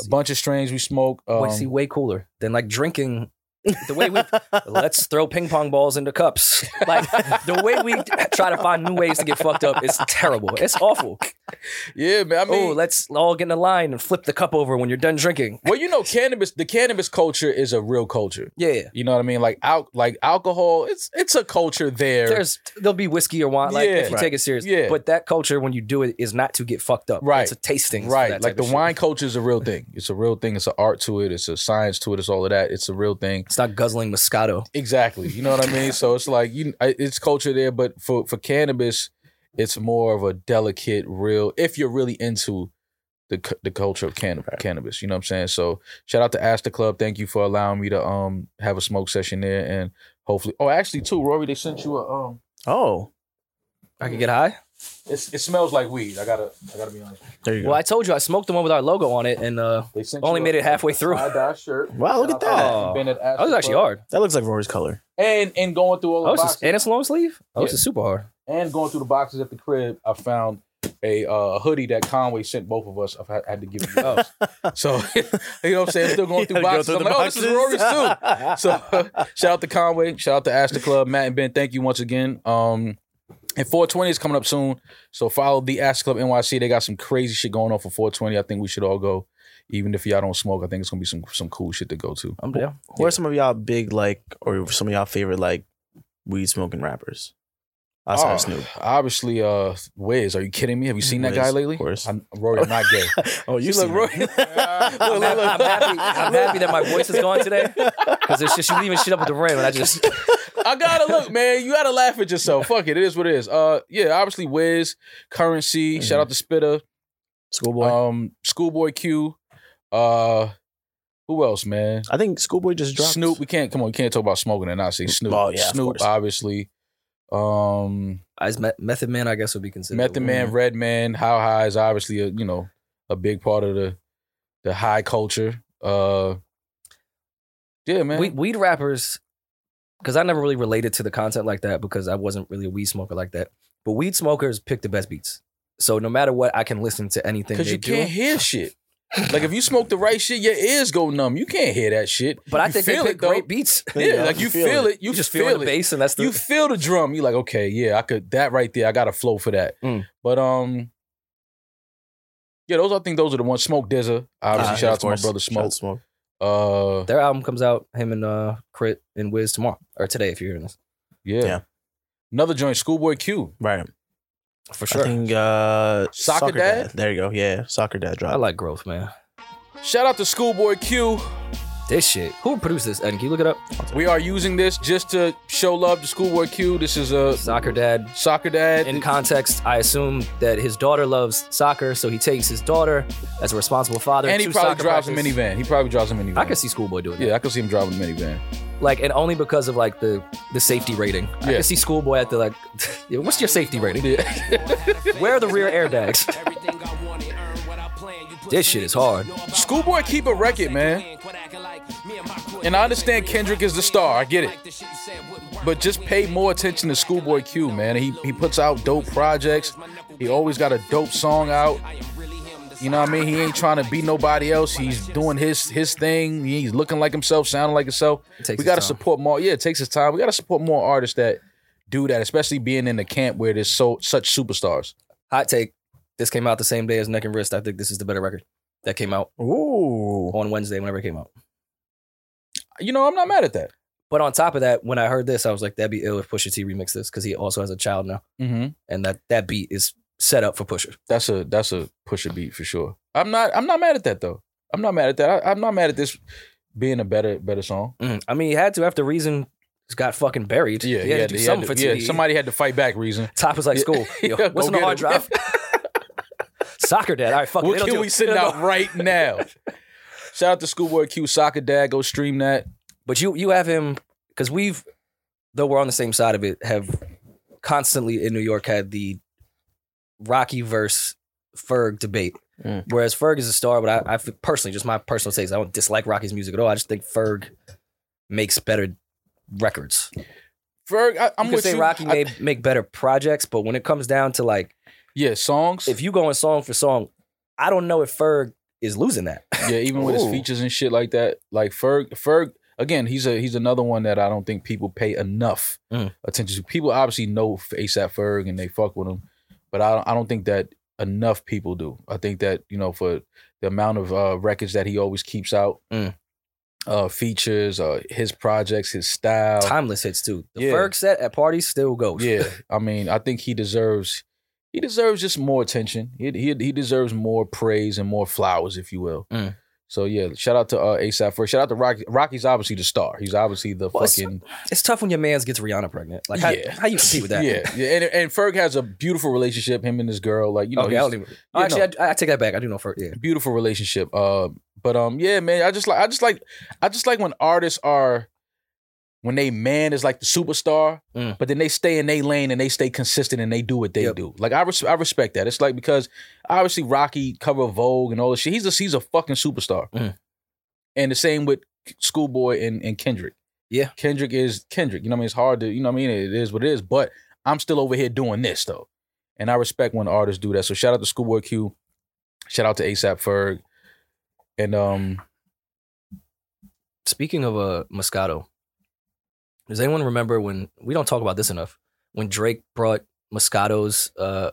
S1: a
S2: See.
S1: bunch of strains we smoke. Um,
S2: Wait, see, way cooler than like drinking. The way we let's throw ping pong balls into cups. Like the way we try to find new ways to get fucked up is terrible. It's awful.
S1: yeah, man. I mean,
S2: oh, let's all get in a line and flip the cup over when you're done drinking.
S1: well, you know, cannabis. The cannabis culture is a real culture.
S2: Yeah, yeah.
S1: You know what I mean? Like al- like alcohol, it's it's a culture there.
S2: There's there'll be whiskey or wine, like if
S1: Yeah.
S2: you take it serious.
S1: Yeah.
S2: But that culture when you do it is not to get fucked up.
S1: Right.
S2: It's a tasting.
S1: Right. Like the wine culture is a real thing. It's a real thing. It's an art to it. It's a science to it. It's all of that. It's a real thing.
S2: It's not guzzling Moscato.
S1: Exactly. You know what I mean? So it's like you I- it's culture there, but for for cannabis, it's more of a delicate, real if you're really into the cu- the culture of canna- cannabis, you know what I'm saying? So shout out to Ask the Club. Thank you for allowing me to um have a smoke session there and hopefully Oh, actually too, Rory, they sent you a um
S3: oh,
S2: I could get high.
S1: It's, it smells like weed. I gotta I gotta be honest.
S3: There you go.
S2: Well, I told you I smoked the one with our logo on it, and uh,
S1: They sent
S2: Only
S1: you
S2: made
S1: a-
S2: it halfway through.
S1: a tie-dye shirt.
S3: Wow, look at
S1: Shout out to
S2: that.
S1: Ben at Oh,
S2: that was actually
S1: Astro
S2: hard.
S3: That looks like Rory's color.
S1: And and going through all
S2: Oh,
S1: the
S2: it's
S1: boxes
S2: a, and it's long sleeve. Oh, it's
S1: Yeah.
S2: a super hard.
S1: and going through the boxes at the crib, I found a uh, hoodie that Conway sent both of us. I've had, had to give you.
S2: Oh.
S1: So you know what I'm saying? Still going through
S3: You gotta
S1: boxes.
S3: go through
S1: I'm
S3: the
S1: like, oh, this is Rory's too.
S3: boxes.
S1: So shout out to Conway, shout out to Aster Club, Matt and Ben. Thank you once again. Um, and 420 is coming up soon, so follow the Aster Club NYC. They got some crazy shit going on for 420. I think we should all go, even if y'all don't smoke. I think it's gonna be some some cool shit to go to.
S2: I'm down.
S3: Who are some of y'all big like, or some of y'all favorite like weed smoking rappers? Outside
S1: Oh,
S3: of Snoop.
S1: Obviously, uh, Wiz. Are you kidding me? Have you seen that
S3: Wiz,
S1: guy lately?
S3: of course.
S1: I'm, Rory, I'm not gay.
S3: Oh,
S1: you look
S3: seen
S1: Rory.
S3: him.
S2: I'm, happy, I'm happy. I'm happy that my voice is gone today because it's just you leaving shit up with the rain. And I just
S1: I gotta look, man. You gotta laugh at yourself. Fuck it. It is what it is. Uh, yeah. Obviously, Wiz, Currency.
S3: Mm-hmm.
S1: Shout out to Spitter.
S3: Schoolboy.
S1: Um, Schoolboy Q. Uh, who else, man?
S3: I think Schoolboy just dropped.
S1: Snoop. We can't come on. We can't talk about smoking and not say Snoop.
S3: Oh, yeah, of
S1: Snoop,
S3: course.
S1: obviously. Um,
S2: I just met Method Man, I guess would be considered.
S1: Method Man, Red Man, How High is obviously a you know a big part of the the high culture. Uh, yeah, man.
S2: Weed, weed rappers, because I never really related to the content like that because I wasn't really a weed smoker like that. But weed smokers pick the best beats. So no matter what, I can listen to anything they
S1: Because you
S2: do.
S1: can't hear shit. Like if you smoke the right shit, your ears go numb. You can't hear that shit.
S2: but I
S1: You
S2: think they
S1: feel
S2: pick
S1: it, though.
S2: great beats.
S3: There you
S1: Yeah,
S3: go.
S1: like you feel it. You
S2: You just feel,
S1: feel
S2: the
S1: it.
S2: bass, and that's the
S1: You feel the drum. You're like, okay, yeah, I could that right there. I got a flow for that.
S2: Mm.
S1: But um, yeah, those I think those are the ones. Smoke Dizza, obviously.
S3: Ah,
S1: shout
S3: of
S1: out to my
S3: course.
S1: brother
S3: Shout
S1: Smoke.
S3: out to Smoke.
S1: Uh,
S2: Their album comes out, him and uh Crit and Wiz tomorrow. Or today if you're hearing this.
S1: yeah.
S3: Yeah.
S1: Another joint, Schoolboy Q.
S3: Right.
S2: For
S3: I think uh,
S1: Soccer Dad?
S3: There you go. Yeah, soccer dad dropped.
S2: I like growth, man.
S1: Shout out to Schoolboy Q.
S2: This shit. Who produced this, Eden? Can you look it up?
S1: We are using this just to show love to Schoolboy Q. This is a
S2: Soccer Dad.
S1: soccer dad.
S2: In context, I assume that his daughter loves soccer, so he takes his daughter as a responsible father.
S1: and he
S2: to
S1: probably
S2: soccer
S1: drives
S2: practice.
S1: a minivan. He probably drives a minivan.
S2: I could see Schoolboy doing that.
S1: Yeah, I could see him driving a minivan.
S2: Like, and only because of like the the safety rating. I
S1: Yeah.
S2: could see Schoolboy at the like, yeah, what's your safety rating? Where are the rear airbags? This shit is hard.
S1: Schoolboy keep a record, man. And I understand Kendrick is the star. I get it. But just pay more attention to Schoolboy Q, man. He he puts out dope projects. He always got a dope song out. You know what I mean? He ain't trying to be nobody else. He's doing his his thing. He's looking like himself, sounding like himself.
S2: It takes
S1: We
S2: his
S1: gotta
S2: time.
S1: support more. Yeah, it takes his time. We gotta support more artists that do that, especially being in the camp where there's so such superstars.
S2: Hot take. This came out the same day as Neck and Wrist. I think this is the better record that came out
S3: Ooh.
S2: on Wednesday, whenever it came out.
S1: You know, I'm not mad at that.
S2: But on top of that, when I heard this, I was like, that'd be ill if Pusha T remixed this because he also has a child now.
S1: Mm-hmm.
S2: And that, that beat is set up for Pusha.
S1: That's a that's a pusher beat for sure. I'm not I'm not mad at that though. I'm not mad at that. I, I'm not mad at this being a better better song.
S2: Mm. I mean, he had to after Reason got fucking buried.
S1: Yeah,
S2: he had to do something for
S1: yeah.
S2: T.
S1: Somebody had to fight back. Reason.
S2: Top was like,
S1: Yeah.
S2: school. Yo,
S1: Yeah,
S2: what's
S1: go
S2: in the hard
S1: get 'em.
S2: drive? Soccer dad. All right, fuck it.
S1: What
S2: It'll
S1: can
S2: do.
S1: we send
S2: It'll
S1: out
S2: do.
S1: right now? Shout out to Schoolboy Q Soccer Dad. Go stream that.
S2: But you you have him because we've though we're on the same side of it have constantly in New York had the Rocky verse Ferg debate.
S3: Mm.
S2: Whereas Ferg is a star, but I, I f- personally just my personal takes. I don't dislike Rocky's music at all. I just think Ferg makes better records.
S1: Ferg, I, I'm
S2: you could
S1: with
S2: say
S1: you.
S2: Rocky
S1: I-
S2: may make better projects, but when it comes down to like
S1: yeah, songs.
S2: if you go in song for song, I don't know if Ferg is losing that.
S1: yeah, even with
S2: Oh.
S1: his
S3: Ooh.
S1: features and shit like that. Like Ferg, Ferg again. He's a he's another one that I don't think people pay enough
S2: Mm.
S1: attention to. People obviously know ASAP Ferg and they fuck with him, but I don't, I don't think that enough people do. I think that you know for the amount of uh, records that he always keeps out,
S2: Mm.
S1: uh, features, uh, his projects, his style.
S2: Timeless hits too. The
S1: Yeah.
S2: Ferg set at parties still goes.
S1: Yeah, I mean, I think he deserves he deserves just more attention. He he, he deserves more praise and more flowers, if you will.
S2: Mm.
S1: So yeah, shout out to uh, ASAP first. Shout out to Rocky. Rocky's obviously the star. He's obviously the
S2: Well, it's-
S1: fucking
S2: It's tough when your man's gets Rihanna pregnant. Like how,
S1: Yeah.
S2: how you compete with that?
S1: yeah. yeah. And and Ferg has a beautiful relationship. Him and his girl, like you know,
S2: okay, I
S1: he's-
S2: don't even. Oh,
S1: you
S2: actually, I, I take that back. I do know Ferg. Yeah.
S1: beautiful relationship. Uh, but um, yeah, man, I just like I just like I just like when artists are when they man is like the superstar,
S2: Mm.
S1: but then they stay in their lane and they stay consistent and they do what they
S2: Yep.
S1: do. Like I, res- I respect that. It's like because obviously Rocky cover Vogue and all this shit. He's a he's a fucking superstar.
S2: Mm.
S1: And the same with Schoolboy and, and Kendrick.
S2: Yeah.
S1: Kendrick is Kendrick. You know what I mean? It's hard to you know what I mean. It is what it is. But I'm still over here doing this though, and I respect when artists do that. So shout out to Schoolboy Q, shout out to ASAP Ferg, and um
S2: Speaking of uh, Moscato, does anyone remember when we don't talk about this enough? When Drake brought Moscato's uh,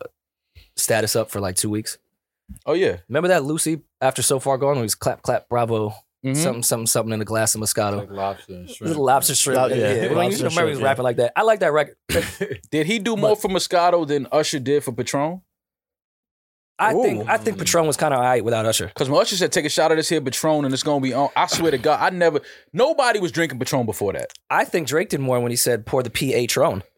S2: status up for like two weeks.
S1: oh yeah,
S2: Remember that Lucy after So Far Gone? When he was clap clap bravo
S1: Mhm.
S2: something something something in a glass of Moscato.
S5: Like lobster and shrimp.
S2: Little lobster shrimp.
S3: Lob-
S2: yeah,
S3: yeah,
S2: yeah. When you
S3: lobster
S2: remember he was
S3: shrimp, yeah.
S2: rapping like that. I like that record.
S1: Did he do more
S2: But-
S1: for Moscato than Usher did for Patron?
S2: I
S1: Ooh.
S2: think I think Patron was kind of alright without Usher.
S1: Because when Usher said, "Take a shot of this here Patron and it's gonna be on," I swear to God, I never. Nobody was drinking Patron before that.
S2: I think Drake did more when he said pour the P A Tron.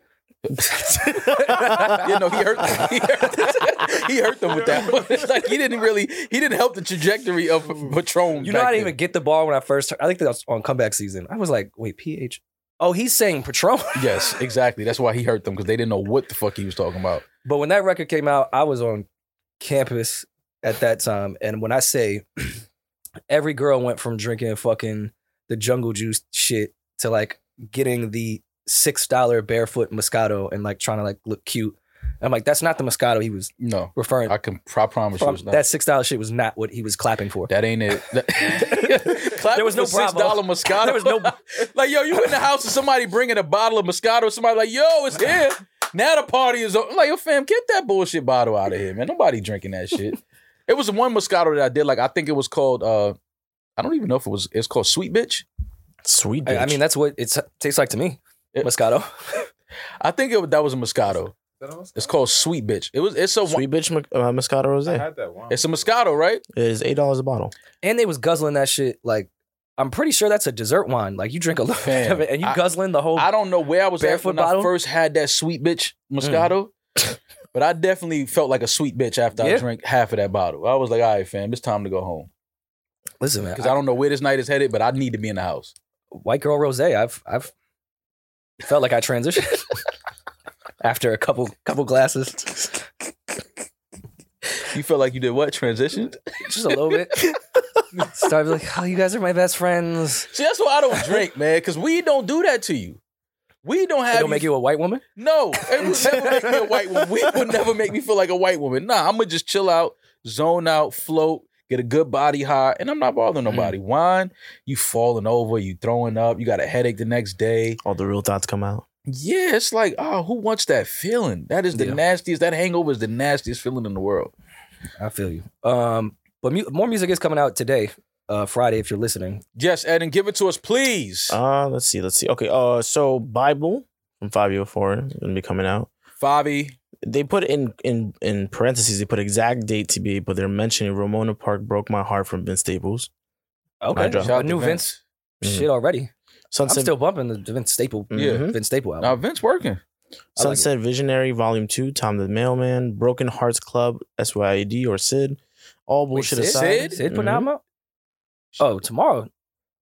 S1: You know, he hurt. He hurt, he hurt them with that. one. It's like he didn't really. He didn't help the trajectory of Patron.
S2: You know, I
S1: back
S2: didn't
S1: then.
S2: even get the bar when I first. Heard, I think that was on comeback season. I was like, wait, P H. Oh, he's saying Patron.
S1: Yes, exactly. That's why he hurt them because they didn't know what the fuck he was talking about.
S2: But when that record came out, I was on campus at that time, and when I say every girl went from drinking fucking the jungle juice shit to like getting the six dollar barefoot Moscato and like trying to like look cute. I'm like, that's not the Moscato he was
S1: No,
S2: referring.
S1: I can. I promise you,
S2: from.
S1: it's not.
S2: That six dollar shit was not what he was clapping for.
S1: that ain't it.
S2: There was no
S1: six
S2: Bravo.
S1: dollar Moscato.
S2: There was no-
S1: like yo, you in the house and somebody bringing a bottle of Moscato. Somebody like yo, it's here. Now the party is on. I'm like yo, fam, get that bullshit bottle out of here, man. Nobody drinking that shit. it was one Moscato that I did. Like I think it was called. uh I don't even know if it was. It's called Sweet Bitch.
S3: Sweet.
S2: I, I
S3: bitch.
S2: mean, that's what it tastes like to me.
S1: It-
S2: Moscato.
S1: I think it, that was a Moscato. It's called Sweet Bitch. It was. It's a.
S3: sweet bitch Mc- uh, Moscato Rose.
S5: I
S3: It
S5: had that one.
S1: It's a Moscato, right?
S3: is eight dollars a bottle.
S2: and they was guzzling that shit like. I'm pretty sure that's a dessert wine. Like you drink a little bit of
S1: Fam,
S2: it and you
S1: I-
S2: guzzling the whole.
S1: I don't know where I was at
S2: Oh. Barefoot
S1: when
S2: bottle? Mm.
S1: I first had that sweet bitch Moscato, but I definitely felt like a sweet bitch after
S2: Yeah.
S1: I drank half of that bottle. I was like, all right, fam, it's time to go home
S2: listen, man.
S1: because I, don't know where this night is headed, but I need to be in the house.
S2: white girl rose. I've I've felt like I transitioned after a couple couple glasses,
S1: You feel like you did what? Transitioned?
S2: just a little bit. Started like, oh, you guys are my best friends.
S1: See, that's why I don't drink, man, because we don't do that to you. We don't have
S2: They don't make you a white woman.
S1: No, it would never make me a white woman. We would never make me feel like a white woman. Nah, I'm gonna just chill out, zone out, float, get a good body high, and I'm not bothering nobody. Wine, you falling over, you throwing up, you got a headache the next day.
S3: All the real thoughts come out.
S1: Yeah, it's like, oh, who wants that feeling? That is the
S2: Yeah.
S1: nastiest. That hangover is the nastiest feeling in the world.
S2: I feel you. Um, but mu- more music is coming out today, uh, Friday. If you're listening,
S1: Yes, Ed, and give it to us, please.
S3: Uh let's see, let's see. Okay, uh, so Bible from five year four is gonna be coming out.
S1: Fabi,
S3: They put in in in parentheses. They put exact date to be, but they're mentioning Ramona Park broke my heart from Vince Staples.
S2: okay,
S3: Nigel.
S2: a new Vince,
S1: Mm-hmm.
S3: Vince.
S2: shit already.
S3: Sunset
S2: I'm still bumping the Vince Staple,
S1: Yeah.
S3: Mhm.
S2: Vince Staple album.
S1: Now Vince working.
S2: I like it.
S3: Sunset Visionary Volume Two, Tom the Mailman, Broken Hearts Club, SYID or Sid. All
S2: Wait,
S3: bullshit
S2: Sid?
S3: aside,
S2: Sid, Sid
S1: Mm-hmm.
S2: put an
S3: Mhm.
S2: album out? Oh, tomorrow.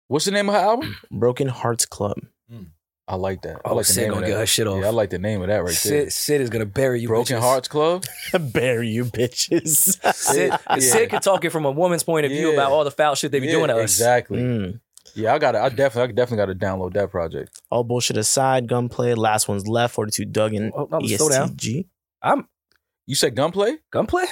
S1: What's the name of her album?
S3: Broken Hearts Club.
S1: I like that. I
S2: Oh,
S1: like the
S2: Sid
S1: name of
S2: gonna
S1: that.
S2: get her shit off.
S1: Yeah, I like the name of that right there.
S2: Sid, Sid is gonna bury you.
S1: Broken
S2: bitches.
S1: Hearts Club.
S3: Bury you bitches.
S2: Sid,
S1: Yeah.
S2: Sid could talk it from a woman's point of view
S1: Yeah.
S2: about all the foul shit they be
S1: Yeah,
S2: doing to us.
S1: Exactly.
S3: Mm.
S1: Yeah, I got to I definitely, I definitely got to download that project.
S3: All bullshit aside, gunplay. Last one's left. Forty two Doug and E
S2: Oh, no, slow down.
S3: ESTG.
S2: I'm
S1: You said gunplay?
S2: gunplay.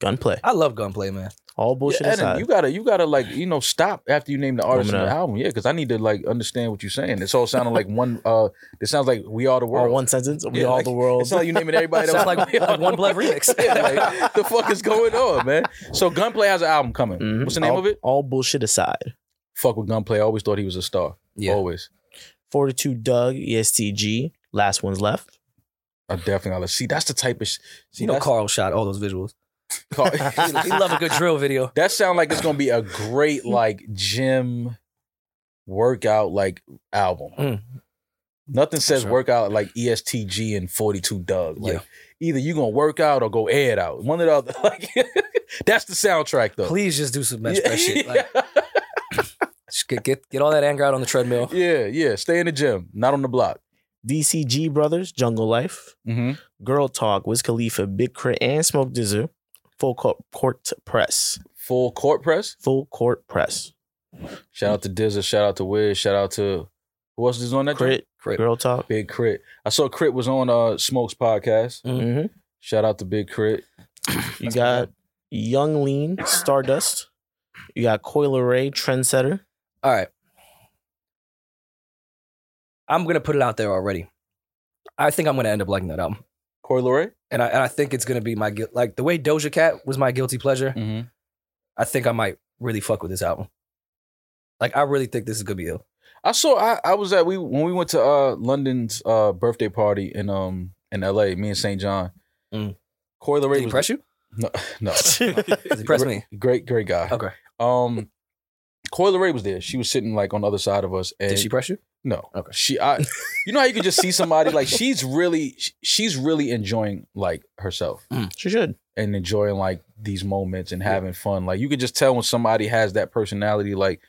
S3: Gunplay.
S2: I love gunplay, man.
S3: All bullshit
S1: yeah, Adam,
S3: aside.
S1: you gotta, you gotta like, you know, stop after you name the artist
S3: gonna-
S1: and the album. Yeah, because I need to like understand what you're saying. It's all sounding like one. uh It sounds like we are the
S3: Or
S1: world.
S3: one sentence. We
S1: Yeah,
S3: all
S1: like,
S3: the world.
S1: It's not like you naming everybody. that
S2: Sounds
S1: was-
S2: like- like One Blood remix.
S1: yeah, like, the fuck is going on, man? So Gunplay has an album coming.
S2: Mm-hmm.
S3: Mhm.
S1: What's the name
S3: all,
S1: of it?
S3: All bullshit aside.
S1: Fuck with Gunplay. I always thought he was a star.
S2: Yeah.
S1: Always.
S3: Forty two Doug E ESTG. Last one's left.
S1: I definitely gotta see. That's the type of. Sh- see,
S2: you know,
S1: that's-
S2: Carl shot all those visuals.
S1: Carl-
S2: He love a good drill video.
S1: That sound like it's gonna be a great like gym workout like album.
S2: Mm.
S1: Nothing says
S2: Sure.
S1: workout like E ESTG and 42 Doug. Like either you gonna work out or go air it out. One of the other like that's the soundtrack though.
S2: Please just do some match press shit. Like,
S1: Yeah.
S2: just Get get get all that anger out on the treadmill.
S1: Yeah, yeah. Stay in the gym, not on the block.
S3: DCG Brothers, Jungle Life,
S1: Mm-hmm.
S3: Girl Talk, Wiz Khalifa, Big Crit, and Smoke Dizzle. Full court, court press.
S1: Full court press.
S3: Full court press.
S1: Shout out to Dizza. Shout out to Wiz. Shout out to who else is on that? joint?
S3: Crit,
S2: Crit.
S3: Girl Talk.
S1: Big Crit. I saw Crit was on uh Smokes podcast.
S3: hmm
S1: Shout out to Big Crit.
S3: You got Young Lean, Stardust. You got Coil Ray, Trendsetter.
S2: All right. I'm gonna put it out there already. I think I'm gonna end up liking that album,
S1: Corey Leray.
S2: and I and I think it's gonna be my guil- like the way Doja Cat was my guilty pleasure.
S1: Mm-hmm.
S2: I think I might really fuck with this album. Like I really think this is gonna be ill.
S1: I saw. I, I was at we when we went to uh London's uh birthday party in um in L.A. Me and St. John.
S2: Mm.
S1: Corey
S2: Did
S1: Leray
S2: he
S1: was
S2: press you?
S1: no no.
S2: Did he press me?
S1: Great great guy.
S2: Okay.
S1: Um, Corey Leray was there. She was sitting like on the other side of us. And
S2: Did she press you?
S1: No.
S2: Okay.
S1: She, I, you know how you can just see somebody like she's really, sh- she's really enjoying like herself
S3: Mm. She should.
S1: and enjoying like these moments and having fun. Like you could just tell when somebody has that personality, like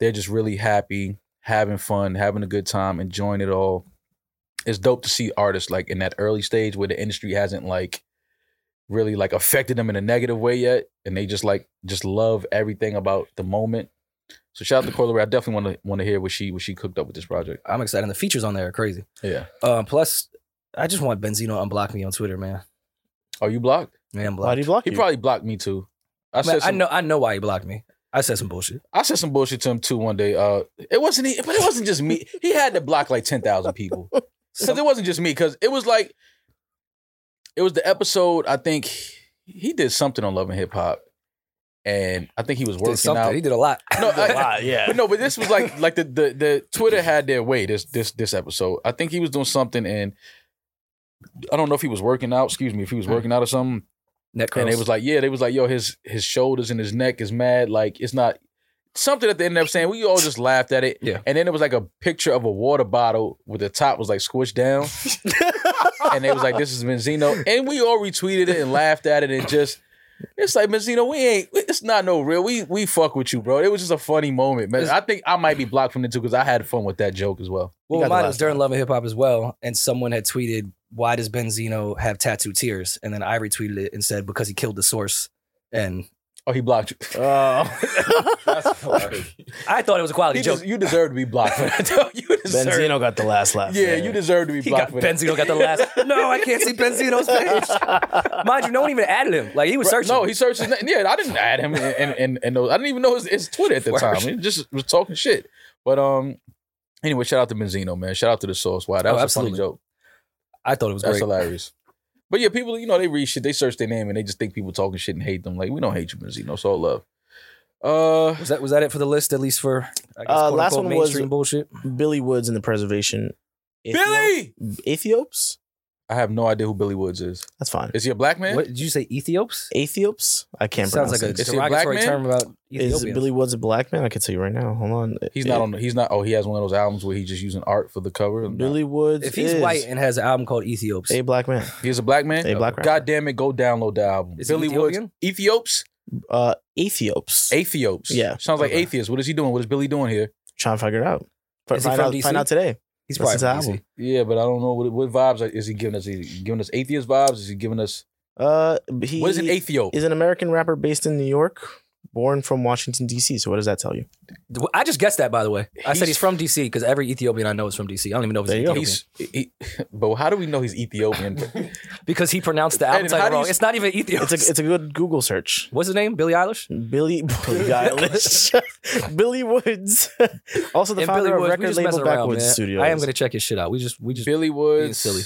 S1: they're just really happy, having fun, having a good time, enjoying it all. It's dope to see artists like in that early stage where the industry hasn't like really like affected them in a negative way yet, and they just like just love everything about the moment. So shout out to Coyle Ray. I definitely want to want to hear what she what she cooked up with this project.
S2: I'm excited. And the features on there are crazy.
S1: Yeah.
S2: Uh, plus, I just want Benzino to unblock me on Twitter, man.
S1: Are Oh, you blocked?
S2: Man, I'm
S3: Why
S2: blocked.
S3: do you block
S1: He
S3: you?
S1: probably blocked me too. I
S2: Man,
S1: said
S2: I
S1: some, I,
S2: know. I know why he blocked me. I said some bullshit.
S1: said some bullshit to him too one day. Uh, it wasn't he, but it wasn't just me. He had to block like ten thousand people because it wasn't just me. Because it was like, it was the episode. I think he did something on Love and Hip Hop, and I think he was
S2: Did
S1: working
S2: something.
S1: out.
S2: He did a lot.
S1: No,
S3: a
S1: I-
S3: lot, yeah.
S1: But no, but this was like like the, the the Twitter had their way this this this episode. I think he was doing something and I don't know if he was working out, excuse me, if
S2: Hmm.
S1: he was working out or something.
S2: Neck curls.
S1: And it was like, yeah, they was like, yo, his his shoulders and his neck is mad. Like it's not something that they ended up saying. We all just laughed at it.
S2: Yeah.
S1: And then it was like a picture of a water bottle with the top was like squished down. and they was like, this is Benzino. And we all retweeted it and laughed at it and just it's like Benzino, we ain't it's not no real. We we fuck with you, bro. It was just a funny moment. Man, I think I might be blocked from the two because I had fun with that joke as well.
S3: You
S2: well,
S3: got the
S2: mine
S3: last
S2: was during Love and Hip Hop as well, and someone had tweeted, "Why does Benzino have tattooed tears?" And then I retweeted it and said, "Because he killed the source." And
S1: Oh, he blocked you.
S3: Oh.
S5: That's hilarious.
S2: I thought it was a quality
S1: He
S2: joke.
S1: des- you deserve to be blocked for that. you deserve
S3: Benzino got the last laugh.
S1: Yeah, you deserve to be
S2: he
S1: blocked for
S2: got
S1: that.
S2: Benzino got the last. no, I can't see Benzino's face. Mind you, no one even added him. Like he was
S1: Right,
S2: searching.
S1: No, he searched his name. Yeah, I didn't add him, and and, and, and those, I didn't even know his, his Twitter at the
S2: Word.
S1: time. He just was talking shit. But um, anyway, shout out to Benzino, man. Shout out to the Sauce. Wow, that
S2: Oh,
S1: was a
S2: absolutely.
S1: funny joke.
S2: I thought it was
S1: That's
S2: great.
S1: hilarious. But yeah, people, you know, they read shit. They search their name and they just think people talking shit and hate them. Like we don't hate you, Benzino. It's all love. Uh,
S2: Was that was that it for the list? At least for I guess,
S3: Uh,
S2: quote, unquote,
S3: last one was-
S2: mainstream bullshit.
S3: Billy Woods and the Preservation.
S1: Billy.
S3: Ethiopes?
S1: I have no idea who Billy Woods is.
S3: That's fine.
S1: Is he a black man?
S2: What did you say? Ethiopes?
S3: Ethiopes? I can't
S2: Sounds like
S3: pronounce
S2: a
S3: it.
S1: Is he a black
S2: derogatory
S1: man?
S2: term about
S3: Is
S2: Ethiopians.
S3: Billy Woods a black man? I can tell you right now. Hold on.
S1: He's not on. He's not. Oh, he has one of those albums where he's just using art for the cover.
S3: Billy Woods.
S2: if he's
S3: is
S2: white and has an album called Ethiopes,
S3: a black man.
S1: he's a black man.
S3: A black rapper.
S1: God damn it! Go download the album.
S2: Is he
S1: Billy Woods.
S2: Ethiopian?
S1: Ethiopes.
S3: Uh, Ethiopes.
S1: Athiops.
S3: Yeah.
S1: Sounds like
S2: Okay.
S1: atheist. What is he doing? What is Billy doing here?
S3: Trying to figure it out. F-
S2: Is he
S3: find
S2: from
S3: out.
S2: DC?
S3: Find out today.
S2: he's
S3: Listen
S2: probably
S3: to
S2: from
S3: the
S2: DC.
S3: album.
S1: Yeah, but I don't know what what vibes are- is he giving us. Is he giving us atheist vibes? Is he giving us
S3: Uh, he
S1: what is an atheop?
S3: is an American rapper based in New York, born from Washington D.C. So what does that tell you?
S2: I just guessed that, by the way. I said
S1: He's-
S2: he's from DC because every Ethiopian I know is from DC. I don't even know if he's
S3: There you go.
S2: Ethiopian
S1: He's he, but how do we know he's Ethiopian?
S2: because he pronounced the album
S1: And how do
S2: title
S1: you
S2: wrong.
S1: s-
S2: It's not even Ethiopian.
S3: It's a it's a good Google search.
S2: What's his name? Billie Eilish.
S3: Billy Billy Eilish, Billy Woods, also the
S2: And
S3: founder
S2: Billy
S3: of
S2: Woods. We
S3: record
S2: just
S3: label
S2: messing around,
S3: Backwoods
S2: man.
S3: Studios.
S2: I am gonna check his shit out. We just we just
S1: Billy Woods.
S2: silly.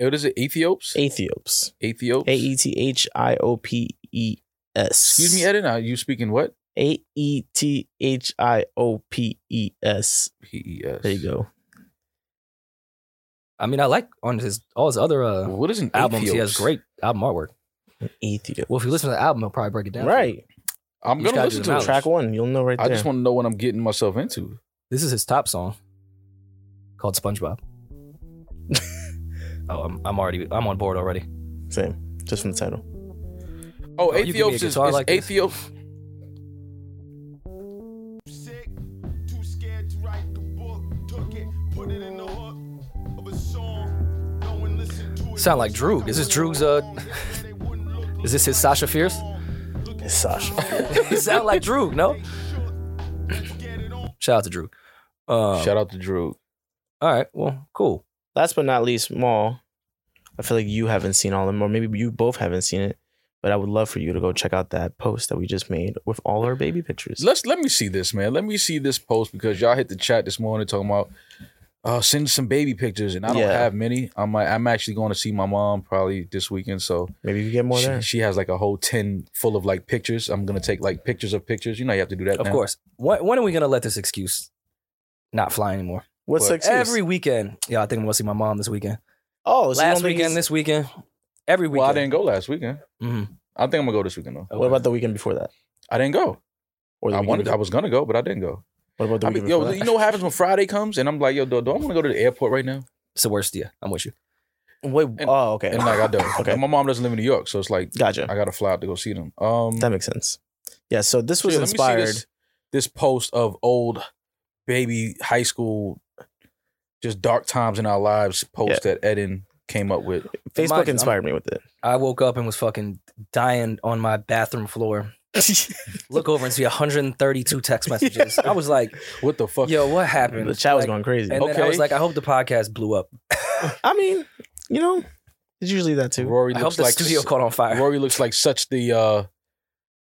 S1: What is it? Athiops.
S3: Athiops.
S1: Athiops.
S3: A E T H I O P E S.
S1: Excuse me, Eden. Are you speaking what?
S3: A E T H I O P E S.
S1: P E S.
S3: There you go.
S2: I mean, I like on his all his other uh,
S1: What is an
S2: albums. He has
S1: atheops?
S2: great album artwork.
S3: Ethiop.
S2: Well, if you listen to the album, he'll probably break it down.
S3: Right.
S1: I'm gonna
S2: You just gotta
S1: listen
S2: do
S1: to
S2: the
S1: it.
S2: knowledge.
S3: Track one. You'll know right
S1: I
S3: there.
S1: just want to know what I'm getting myself into.
S2: This is his top song called SpongeBob. oh, I'm, I'm already I'm on board already.
S3: Same. Just from the title.
S1: Oh,
S2: Oh, you give me a
S1: Athiops is, is
S2: guitar like this.
S1: Athiops.
S6: sick to
S2: Sound like Droog. Is this Droog's uh Is this his Sasha Fierce?
S3: It's Sasha.
S2: It sound like Droog, no? Shout out to Droog.
S3: Oh.
S2: Um,
S1: Shout out to Drew.
S2: all right, well, cool.
S3: Last but not least, Maul. I feel like you haven't seen all of them, or maybe you both haven't seen it. But I would love for you to go check out that post that we just made with all our baby pictures.
S1: Let's let me see this, man. Let me see this post because y'all hit the chat this morning talking about uh send some baby pictures and I don't
S3: Yeah.
S1: have many. I'm like, I'm actually going to see my mom probably this weekend. So
S3: Maybe you can get more
S1: she,
S3: there.
S1: she has like a whole tin full of like pictures. I'm gonna take like pictures of pictures. You know you have to do that.
S2: Of
S1: now.
S2: course. When, when are we gonna let this excuse not fly anymore?
S3: What's
S1: But
S3: the excuse?
S2: Every weekend. Yeah, I think I'm gonna see my mom this weekend.
S3: oh, so you don't
S2: Last
S3: think
S2: weekend,
S3: he's-
S2: this weekend, every weekend.
S1: Well, I didn't go last weekend.
S2: Mhm.
S1: I think I'm gonna go this weekend though.
S3: What
S2: Okay.
S3: about the weekend before that?
S1: I didn't go.
S3: Or the
S1: I
S3: weekend
S1: wanted. I
S3: before-
S1: was gonna go, but I didn't go.
S3: What about the
S1: I
S3: weekend
S1: mean,
S3: before
S1: yo,
S3: that?
S1: you know what happens when Friday comes, and I'm like, yo, do, do I want to go to the airport right now?
S2: It's the worst year. I'm with you.
S3: Wait. oh, okay.
S1: And like, I don't.
S3: Okay.
S1: And my mom doesn't live in New York, so it's like
S3: Gotcha.
S1: I gotta fly out to go see them. Um,
S3: That makes sense. Yeah. So this
S1: so
S3: was
S1: yeah, let me see
S3: inspired.
S1: this, this post of old baby high school, just dark times in our lives post that Eden came up with.
S3: Facebook
S2: Mind you, I'm-
S3: inspired me with it.
S2: I woke up and was fucking dying on my bathroom floor. Look over and see 132 text messages. I was like,
S1: What the fuck?
S2: yo, what happened?
S3: The chat was
S2: Like,
S3: going crazy.
S2: And then I
S1: Okay.
S2: was like, I hope the podcast blew up.
S3: I mean, you know, it's usually that too.
S1: Rory
S2: I hope
S1: looks
S2: the
S1: like
S2: studio caught on fire.
S1: Rory looks like such the uh,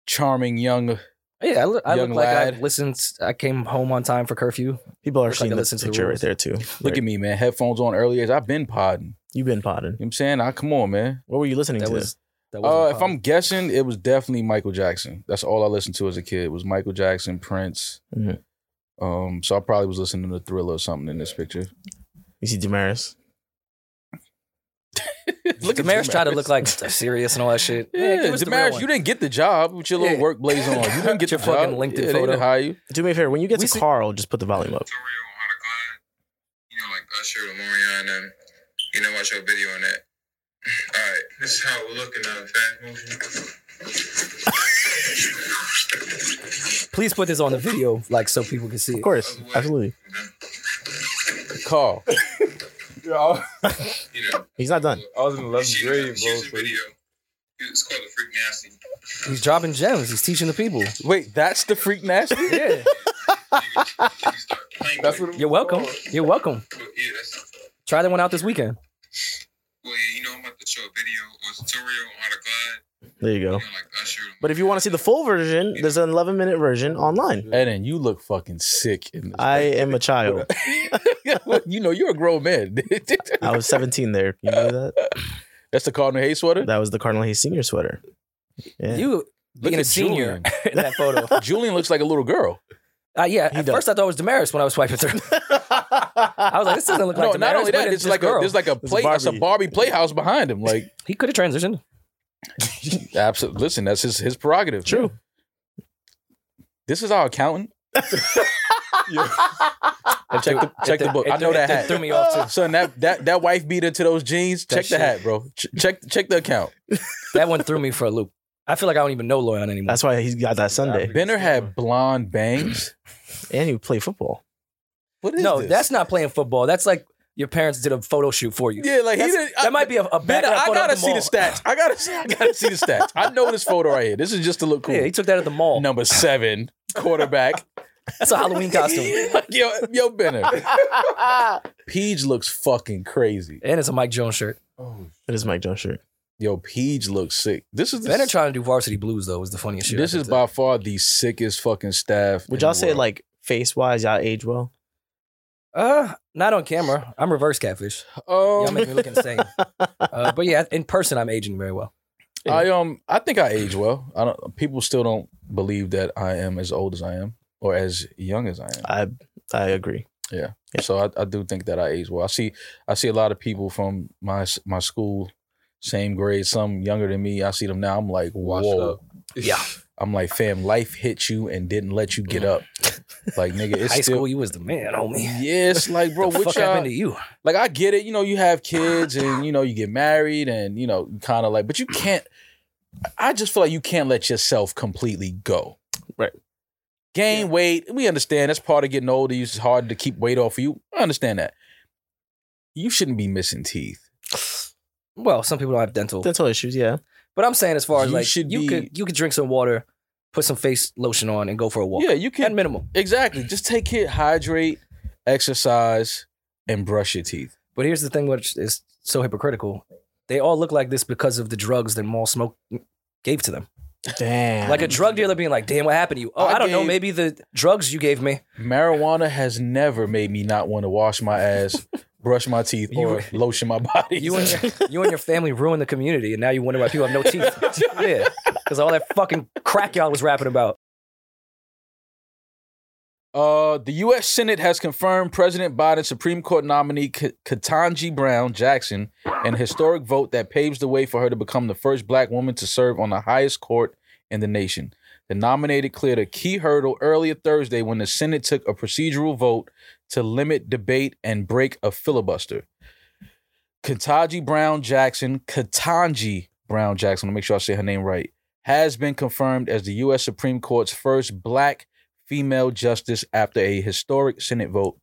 S1: charming young.
S2: yeah, I look, I look
S1: Young
S2: like I
S1: lad.
S2: listened. I came home on time for curfew.
S3: People are
S2: Looks like
S3: seeing
S2: I
S3: the
S2: listen to the
S3: picture right
S2: rules.
S3: there too.
S1: Look at me, man. Headphones on earlier. I've been podding.
S3: You've been potted.
S1: You know what I'm saying? I come on, man.
S3: What were you listening
S2: That
S3: to?
S2: was. That
S1: Uh,
S2: was
S1: if I'm guessing, it was definitely Michael Jackson. That's all I listened to as a kid was Michael Jackson, Prince.
S3: Mhm.
S1: Um, so I probably was listening to Thriller or something in this picture.
S3: you see Damaris.
S2: look at Damaris tried to look like serious and all that shit.
S1: Yeah,
S2: give us the real
S1: Damaris,
S2: one.
S1: you didn't get the job with your little
S2: Yeah.
S1: work blazer on. You didn't get
S2: Your
S1: the job.
S2: fucking LinkedIn
S1: yeah, They
S2: photo.
S1: didn't hire you.
S3: Do me a favor. When you get
S2: We
S3: to
S2: see-
S3: Carl, just put the volume up.
S6: career on Hannah Klein, you know, like Usher, Lamorion, and them. You know, watch your video on that. All right, this is how we're looking now, fat movie.
S2: Please put this on the video, like so people can see.
S3: Of
S2: It.
S3: course, absolutely.
S1: Carl.
S5: Yo,
S6: You know,
S3: He's not done.
S5: I was in 11th
S6: she
S5: grade,
S6: she
S5: bro.
S6: was a
S5: so-
S6: video. It's called the Freak Nasty.
S2: He's dropping gems. He's teaching the people.
S1: Wait, that's the freak nasty.
S2: Yeah,
S6: You can start playing
S5: That's
S6: with
S5: what
S6: it.
S5: it
S2: you're welcome. You're welcome.
S6: But yeah, that's.
S2: Try that one out this weekend.
S6: Well, yeah, you know, I'm about to show a video or tutorial on how to glide.
S3: There you go.
S6: You know, like Usher.
S3: But if you want to see the full version, there's an 11 minute version online.
S1: Eden, you look fucking sick. In this
S3: I am a child.
S1: picture. you know, you're a grown man.
S3: I was 17 there. You know that?
S1: that's the Cardinal Hayes sweater.
S3: That was the Cardinal Hayes senior sweater. Yeah.
S2: You
S1: Look
S2: being a
S1: at
S2: senior in that photo.
S1: Julian. Julian looks like a little girl.
S2: Uh, yeah,
S3: He
S2: at
S3: does.
S2: first I thought it was Damaris when I was swiping through. I was like, this doesn't look
S1: No,
S2: like Damaris.
S1: not only
S2: but
S1: that, it's
S2: this
S1: like
S2: girl.
S1: a there's like a
S3: a
S1: play. That's a
S3: Barbie.
S1: Barbie playhouse behind him. Like,
S2: he could have transitioned.
S1: absolutely. Listen, that's his his prerogative.
S3: True.
S1: This is our accountant. And check the check the book. I know that
S2: It
S1: hat.
S2: threw me off too.
S1: Son, that that that wife beater to those jeans.
S2: That
S1: check
S2: shit.
S1: the hat, bro. Ch- check check the account.
S2: That one threw me for a loop. I feel like I don't even know Loyon anymore.
S3: That's why he's got that Sunday.
S1: Benner had blonde bangs.
S3: And he played football.
S1: What is
S2: no,
S1: this?
S2: that's not playing football. That's like your parents did a photo shoot for you.
S1: yeah, like he
S2: That's-
S1: didn't.
S2: that might be a, a
S1: Benner,
S2: background
S1: I
S2: photo
S1: gotta
S2: at the
S1: see the
S2: mall.
S1: stats. I gotta see. I gotta see the stats. I know this photo right here. This is just to look cool.
S2: Yeah, he took that at the mall.
S1: Number seven quarterback.
S2: That's a Halloween costume.
S1: Like, yo, yo, Benner. Peach looks fucking crazy.
S2: And it's a Mike Jones shirt.
S5: Oh,
S3: It is Mike Jones shirt.
S1: Yo, Peach looks sick. This is the,
S2: Benner trying to do varsity blues though was the funniest shit.
S1: this
S2: I
S1: is
S2: did.
S1: by far the sickest fucking staff. in
S3: Would y'all
S1: the
S3: say
S1: world.
S3: like face wise, y'all age well?
S2: uh not on camera. I'm reverse catfish.
S1: Oh
S2: Y'all make me look insane. Uh, but yeah, in person I'm aging very well.
S1: um, I um, I think I age well. I don't. People still don't believe that I am as old as I am or as young as I am.
S3: I I agree.
S1: So I, I do think that I age well. I see I see a lot of people from my s- my school, same grade, some younger than me. I see them now. I'm like,
S5: Washed
S1: whoa.
S5: up.
S2: Yeah.
S1: I'm like, fam, life hit you and didn't let you get up. Like, nigga, it's
S2: Mm. High
S1: still.
S2: school, you was the man, homie.
S1: Yeah, it's like, bro, uh,
S2: the
S1: what
S2: fuck happened
S1: y'all,
S2: to you?
S1: like I get it, you know, you have kids and you know you get married and you know kind of like, but you can't. I just feel like you can't let yourself completely go.
S3: Right.
S1: Gain weight, we understand that's part of getting older. It's hard to keep weight off of you. I understand that. You shouldn't be missing teeth.
S2: Well, some people don't have dental,
S3: Dental issues, yeah.
S2: but I'm saying as far as
S1: You
S2: like
S1: should
S2: you
S1: be-
S2: could you could drink some water, put some face lotion on, and go for a walk.
S1: Yeah, you
S2: at
S1: can
S2: minimum.
S1: exactly just take care, hydrate, exercise, and brush your teeth.
S2: But here's the thing, which is so hypocritical. They all look like this because of the drugs that Maul Smoke gave to them.
S3: Damn.
S2: Like a drug dealer being like, "Damn, what happened to you? Oh, I,
S1: I
S2: don't know.
S1: gave-
S2: Maybe the drugs you gave me."
S1: Marijuana has never made me not want to wash my ass, brush my teeth,
S2: You-
S1: or lotion my body.
S2: You and your, you and your family ruined the community, and now you wonder why people have no teeth. yeah, because all that fucking crack y'all was rapping about.
S1: Uh, the U.S. Senate has confirmed President Biden's Supreme Court nominee K- Ketanji Brown Jackson in a historic vote that paves the way for her to become the first black woman to serve on the highest court in the nation. The nominated cleared a key hurdle earlier Thursday when the Senate took a procedural vote to limit debate and break a filibuster. Ketanji Brown Jackson, Ketanji Brown Jackson, to make sure I say her name right, has been confirmed as the U.S. Supreme Court's first black female justice after a historic Senate vote.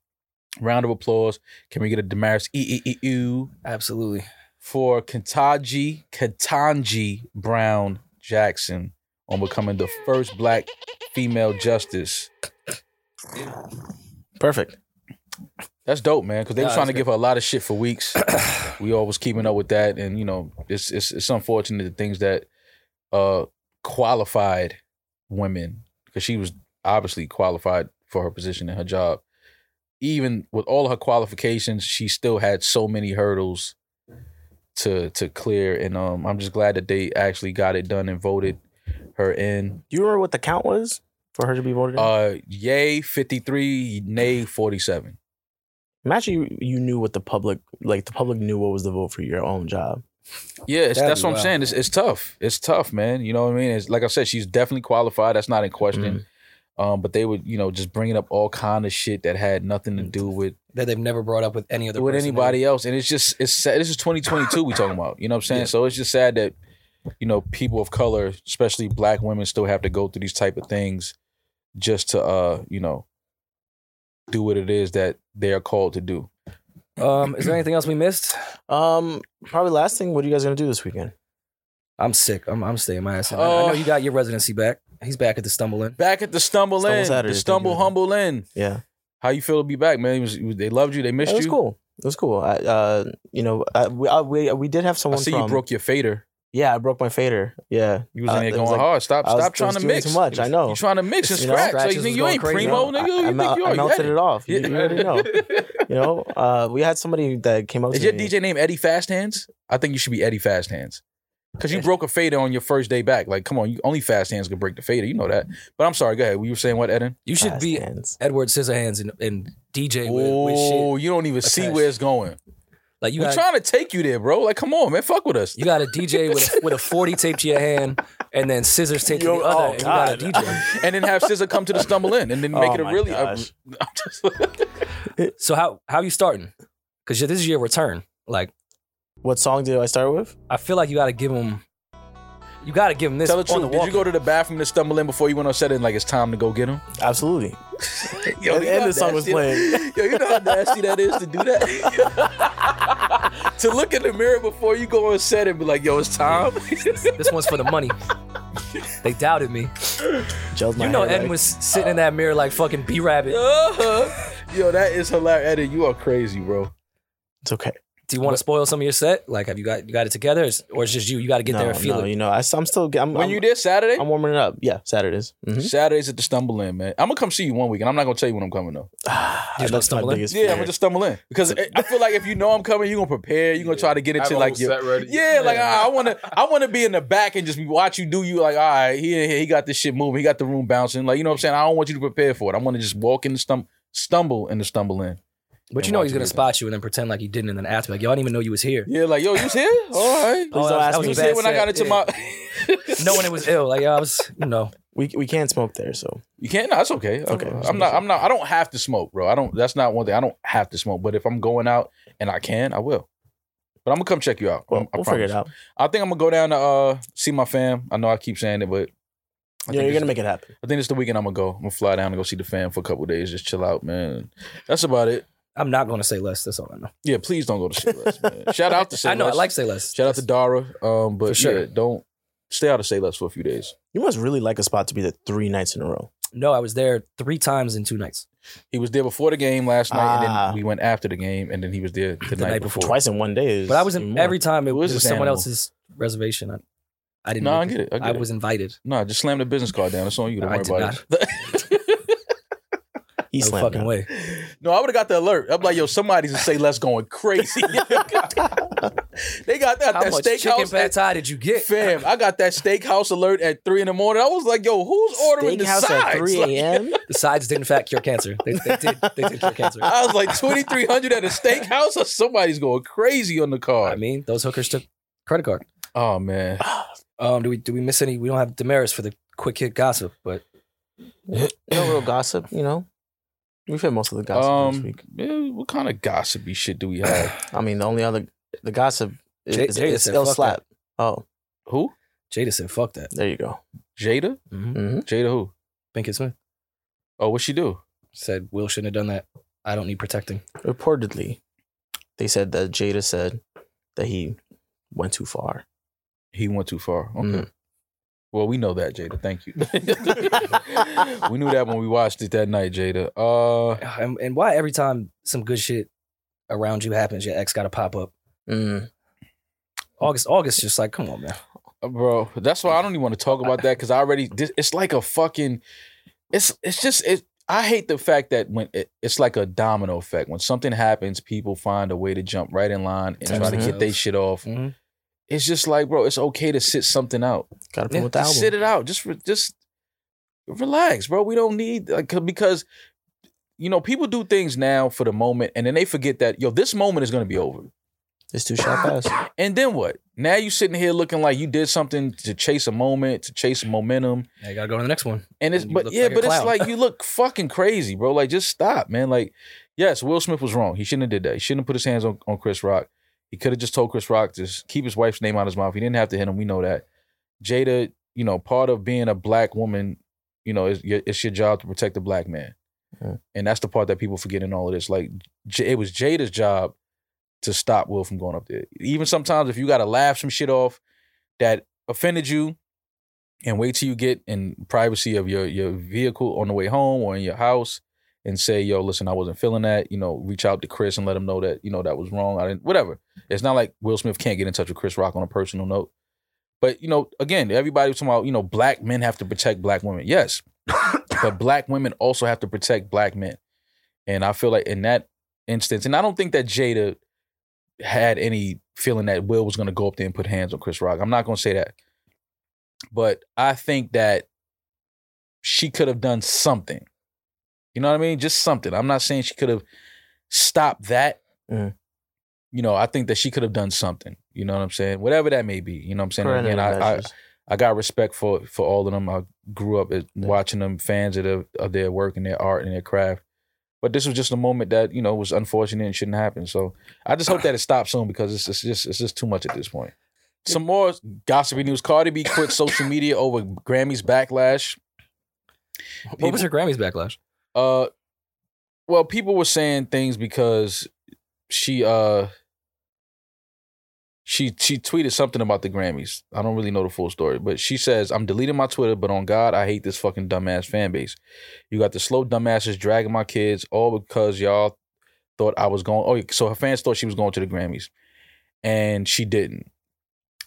S1: Round of applause. Can we get a Damaris e e e e
S2: Absolutely.
S1: for Kentaji Ketanji Brown Jackson on becoming the first black female justice?
S3: Perfect.
S1: That's dope, man. Because they
S2: Nah,
S1: was trying
S2: that's
S1: to give her a lot of shit for weeks. we all was keeping up with that, and you know, it's it's, it's unfortunate the things that uh qualified women because she was obviously qualified for her position and her job. Even with all her qualifications, she still had so many hurdles to to clear, and um, I'm just glad that they actually got it done and voted her in.
S3: You remember what the count was for her to be voted in?
S1: Uh, yay, fifty three, nay, forty seven.
S3: Imagine you, you knew what the public like the public knew what was the vote for your own job.
S1: Yeah, it's,
S2: That'd
S1: that's
S2: be
S1: what I'm
S2: wild.
S1: saying. It's, it's tough. It's tough, man. You know what I mean? It's like I said, she's definitely qualified. That's not in question.
S3: Mm-hmm.
S1: Um, but they would, you know, just bringing up all kind of shit that had nothing to do with
S2: That they've never brought up with any other.
S1: with
S2: person.
S1: anybody else. And it's just it's sad. This is 2022 we talking about. You know what I'm saying? So it's just sad that you know people of color, especially black women, still have to go through these type of things just to uh you know do what it is that they are called to do.
S2: Um, is there anything else we missed?
S3: Um, probably last thing. What are you guys gonna do this weekend?
S2: I'm sick. I'm I'm staying my ass. in. I- I
S1: Oh.
S2: know you got your residency back. He's back at the stumble in.
S1: Back at the stumble,
S3: Stumble
S1: in,
S3: Saturday,
S1: the
S3: thank
S1: stumble
S3: you.
S1: humble in.
S3: Yeah,
S1: How you feel to be back, man? It was- they loved you. They missed
S3: it was
S1: you.
S3: cool. It was cool. I, uh, you know, I, we, I, we we did have
S1: I
S3: someone.
S1: see
S3: from,
S1: you broke your fader.
S3: Yeah, I broke my fader. Yeah,
S1: You was
S3: Uh,
S1: in there
S3: it was
S1: going
S3: like-
S1: hard. Stop,
S3: I was-
S1: stop
S3: I
S1: trying
S3: was
S1: to
S3: doing
S1: mix
S3: too much, I know.
S1: You trying to mix and
S3: You know,
S1: scratch? So
S2: scratches
S1: you
S2: was
S1: think you
S2: going
S1: ain't
S2: crazy.
S1: primo,
S3: I-
S1: nigga? You
S3: I,
S1: think
S3: mel-
S1: you
S3: I
S1: already
S3: melted
S1: had
S3: it off. You,
S1: Yeah.
S3: you already know. you know, uh, we had somebody that came up
S1: Is
S3: to
S1: your
S3: me.
S1: DJ name Eddie Fast Hands? I think you should be Eddie Fast Hands. Because you
S3: Yeah.
S1: broke a fader on your first day back. Like, come on, you only fast hands can break the fader. You know that. But I'm sorry, go ahead. You were saying what, Eden?
S2: You should
S3: Fast
S2: be
S3: hands.
S2: Edward Scissorhands and, and DJ with, with shit.
S1: Oh, you don't even see
S2: attached.
S1: where it's going.
S2: Like you
S1: We're
S2: got
S1: trying to take you there, bro. Like, come on, man. Fuck with us.
S2: you got a DJ with a, with a forty tape to your hand, and then scissors tape to
S3: Yo,
S2: the other,
S3: oh,
S2: and you got a
S3: God.
S2: DJ.
S1: And then have Scissor come to the stumble in and then make
S3: Oh
S1: it a
S3: my
S1: really.
S3: gosh.
S1: I'm just-
S2: So how how you starting? Because this is your return. Like
S3: What song did I start with?
S2: I feel like you got to give him. You got to give him this.
S1: Tell the
S2: on
S1: truth. Did
S2: The
S1: you
S2: walk.
S1: go to the bathroom to stumble in before you went on set and like it's time to go get him?
S3: Absolutely.
S1: Yo,
S3: And-
S1: you
S3: and
S1: know
S3: the song
S1: how
S3: was
S1: nasty that- Yo, you know how nasty that is to do that? to look in the mirror before you go on set and be like, yo, it's time. Uh-huh.
S2: This one's for the money. they doubted me.
S3: Gelled my
S2: You know,
S3: hair,
S2: Ed
S3: like-
S2: was sitting
S1: uh.
S2: in that mirror like fucking B Rabbit.
S1: yo, that is hilarious. Eddie, you are crazy, bro.
S3: It's okay.
S2: Do you want to spoil some of your set? Like, have you got you got it together, It's- or it's just you? You got to get
S3: no,
S2: there and feel
S3: no,
S2: it.
S3: You know, I, am still. I'm,
S1: When
S3: I'm,
S1: you did Saturday? Hmm?
S3: I'm warming it up. Yeah, Saturdays. Mhm.
S1: Saturdays at the Stumble In, man. I'm gonna come see you one week, and I'm not gonna tell you when I'm coming though.
S2: Just
S3: That's my
S2: stumble in?
S3: biggest
S1: Yeah,
S3: fear.
S1: I'm gonna just stumble in because I I feel like if you know I'm coming, you're gonna prepare. You're gonna try to get
S5: Have
S1: into
S5: a
S1: like
S5: whole
S1: your
S5: set ready.
S1: Yeah, like I, I wanna I wanna be in the back and just be watch you do you like all right, he in here, he got this shit moving, he got the room bouncing. Like, you know what I'm saying? I don't want you to prepare for it. I wanna just walk in the stum- stumble in the stumble in.
S2: But you
S1: And
S2: know
S1: watch
S2: he's gonna
S1: everything.
S2: spot you and then pretend like you didn't, and then ask like, "Yo, I didn't even know you was here."
S1: Yeah, like, yo, you was here? All right.
S3: Please
S2: Oh,
S3: don't
S2: that
S3: ask
S1: You
S2: was
S3: me.
S2: a
S1: was
S2: bad
S1: here when I got
S2: set.
S1: into my
S2: No one was ill. Like, yo, I was, you know,
S3: We we can't smoke there, so
S1: You can't no, that's okay.
S3: Okay.
S1: Okay. I'm not I'm not I don't have to smoke, bro. I don't that's not one thing. I don't have to smoke. But if I'm going out and I can, I will. But I'm gonna come check you out.
S3: well,
S2: Um,
S1: I'm- I
S3: we'll figure it
S1: promise.
S3: out.
S1: I think I'm gonna go down to uh see my fam. I know I keep saying it, but I
S3: You know,
S1: think
S3: you're
S1: it's-
S3: gonna make it happen.
S1: I think it's the weekend I'm gonna go. I'm gonna fly down and go see the fam for a couple days, just chill out, man. That's about it.
S2: I'm not going to say less. That's all I know.
S1: Yeah, please don't go to Say Less, man. Shout out to Say
S2: I know.
S1: Less.
S2: I like say less.
S1: Shout out to Dara. Um, but
S2: For sure.
S1: yeah, don't stay out of Say Less for a few days.
S3: You must really like a spot to be there three nights in a row.
S2: No, I was there three times in two nights.
S1: He was there before the game last night,
S3: Ah.
S1: and then we went after the game, and then he was there the, night,
S2: night
S1: before.
S3: Twice in one day. Is
S2: But I was
S3: even
S2: in
S3: more.
S2: every time. It,
S1: Who is this
S2: was, someone
S1: animal?
S2: else's reservation. I, I didn't.
S1: No, I
S2: make
S1: get it. I get it.
S2: was invited.
S1: No, just slam the business card down. It's on you. Don't
S2: I
S1: worry
S2: did
S1: about it.
S3: He
S2: no
S3: slammed
S2: fucking
S3: down.
S2: way.
S1: no, I would have got the alert. I'm like, yo, somebody's in Say Less going crazy. they got that,
S2: How
S1: that
S2: much chicken
S1: steakhouse.
S2: pad
S1: At,
S2: thai did you get?
S1: fam, I got that steakhouse alert at three in the morning. I was like, yo, who's ordering the
S3: Steakhouse at
S1: sides?
S3: 3
S1: Like,
S3: a.m.
S2: The sides did in fact cure cancer. They, they did. They did cure cancer.
S1: I was like, 2300 at a steakhouse? Somebody's going crazy on the card.
S2: I mean, those hookers took credit card.
S1: oh, man.
S2: Um, do we do we miss any? We don't have Damaris for the quick hit gossip, but
S3: no real gossip, you know. We've had most of the gossip
S1: Um,
S3: this week.
S1: yeah, what kind of gossipy shit do we have?
S3: I mean, the only other the gossip is,
S2: Jay-
S3: is,
S2: Jada
S3: is
S2: said,
S3: still
S2: "Fuck
S3: slap. Oh,
S1: who?
S2: Jada said, "Fuck that."
S3: there you go.
S1: Jada?
S2: Mm-hmm.
S3: hmm
S1: Jada who?
S2: Pinkett Smith
S1: Oh, what she do?
S2: said, "Will shouldn't have done that. I don't need protecting."
S3: Reportedly, they said that Jada said that he went too far.
S1: He went too far. Okay.
S3: Mm.
S1: Well, we know that, Jada. Thank you. we knew that when we watched it that night, Jada. Uh,
S2: And, and why every time some good shit around you happens, your ex got to pop up?
S3: Mm.
S2: August, August, just like, come on, man.
S1: bro, that's why I don't even want to talk about that because I already. This, it's like a fucking. It's it's just it. I hate the fact that when it, it's like a domino effect. When something happens, people find a way to jump right in line and try to get their shit off.
S3: Mm-hmm.
S2: Mhm.
S1: It's just like, bro, it's okay to sit something out.
S3: Gotta put
S2: Yeah,
S3: with the
S1: Just
S3: album.
S1: sit it out. Just re- just relax, bro. We don't need like 'cause- because you know people do things now for the moment, and then they forget that yo, this moment is gonna be over.
S3: It's too shot past.
S1: And then what? Now you sitting here looking like you did something to chase a moment, to chase momentum,
S2: Now you got to go to the next one.
S1: and it's
S2: And you
S1: but
S2: look
S1: yeah,
S2: like a
S1: but it's
S2: clown.
S1: like you look fucking crazy, bro. Like just stop, man. Like yes, Will Smith was wrong. He shouldn't have did that. He shouldn't have put his hands on, on Chris Rock. He could have just told Chris Rock to s- keep his wife's name out of his mouth. He didn't have to hit him. We know that. Jada, you know, part of being a black woman, you know, it's your, it's your job to protect the black man,
S3: Mhm.
S1: and that's the part that people forget in all of this. Like J- it was Jada's job to stop Will from going up there. Even sometimes if you got to laugh some shit off that offended you and wait till you get in privacy of your your vehicle on the way home or in your house and say, "Yo, listen, I wasn't feeling that." You know, reach out to Chris and let him know that, you know, that was wrong. I didn't whatever. It's not like Will Smith can't get in touch with Chris Rock on a personal note. But, you know, again, everybody was talking about, you know, black men have to protect black women. Yes. but black women also have to protect black men. And I feel like in that instance, and I don't think that Jada had any feeling that Will was going to go up there and put hands on Chris Rock. I'm not going to say that. But I think that she could have done something. You know what I mean? Just something. I'm not saying she could have stopped that.
S3: Mhm.
S1: You know, I think that she could have done something. You know what I'm saying? Whatever that may be. You know what I'm saying?
S3: Preventive
S1: Again, I, I,
S3: measures.
S1: I got respect for for all of them. I grew up at watching them, fans of, their of their work and their art and their craft. But this was just a moment that you know was unfortunate and shouldn't happen. So I just hope that it stops soon because it's, it's just it's just too much at this point. Some more gossipy news: Cardi B quit social media over Grammys backlash.
S2: What was her Grammys backlash?
S1: Uh, well, people were saying things because she uh she she tweeted something about the Grammys. I don't really know the full story, but she says, "I'm deleting my Twitter, but on God, I hate this fucking dumbass fan base. You got the slow dumbasses dragging my kids, all because y'all thought I was going. Oh, so her fans thought she was going to the Grammys, and she didn't."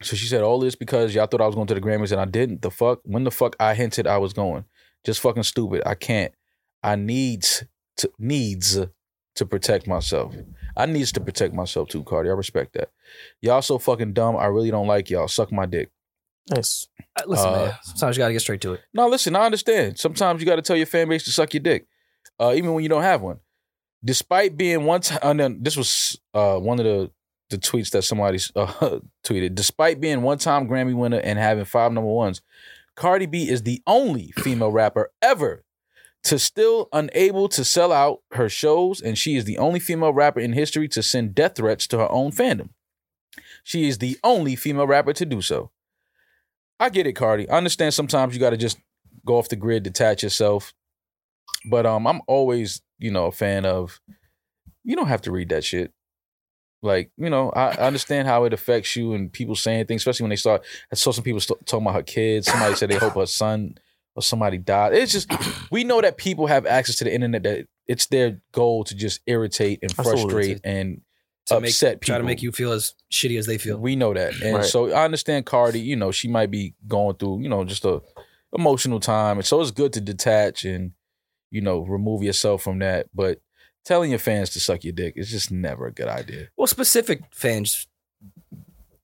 S1: So she said all this because y'all thought I was going to the Grammys and I didn't. The fuck? When the fuck I hinted I was going? Just fucking stupid. I can't. I needs to needs to protect myself. I needs to protect myself too, Cardi. I respect that. Y'all so fucking dumb. I really don't like y'all. Suck my dick.
S3: Nice.
S2: Uh, Listen,
S1: Uh,
S2: man. Sometimes you got to get straight to it.
S1: No, listen, I understand. Sometimes you got to tell your fan base to suck your dick, uh, even when you don't have one. Despite being one time, and then this was uh, one of the the tweets that somebody uh, tweeted. Despite being one time Grammy winner and having five number ones, Cardi B is the only female rapper ever to still unable to sell out her shows, and she is the only female rapper in history to send death threats to her own fandom. She is the only female rapper to do so. I get it, Cardi. I understand sometimes you got to just go off the grid, detach yourself. But um, I'm always, you know, a fan of you don't have to read that shit. Like, you know, I, I understand how it affects you and people saying things, especially when they start. I saw some people st- talking about her kids. Somebody said they hope her son or somebody died. It's just, we know that people have access to the internet that it's their goal to just irritate and
S3: Absolutely.
S1: frustrate and
S2: To make,
S1: upset people.
S2: try to make you feel as shitty as they feel.
S1: We know that. And
S3: Right.
S1: so I understand Cardi, you know, she might be going through, you know, just a emotional time. And so it's good to detach and, you know, remove yourself from that. But telling your fans to suck your dick is just never a good idea.
S2: Well, specific fans,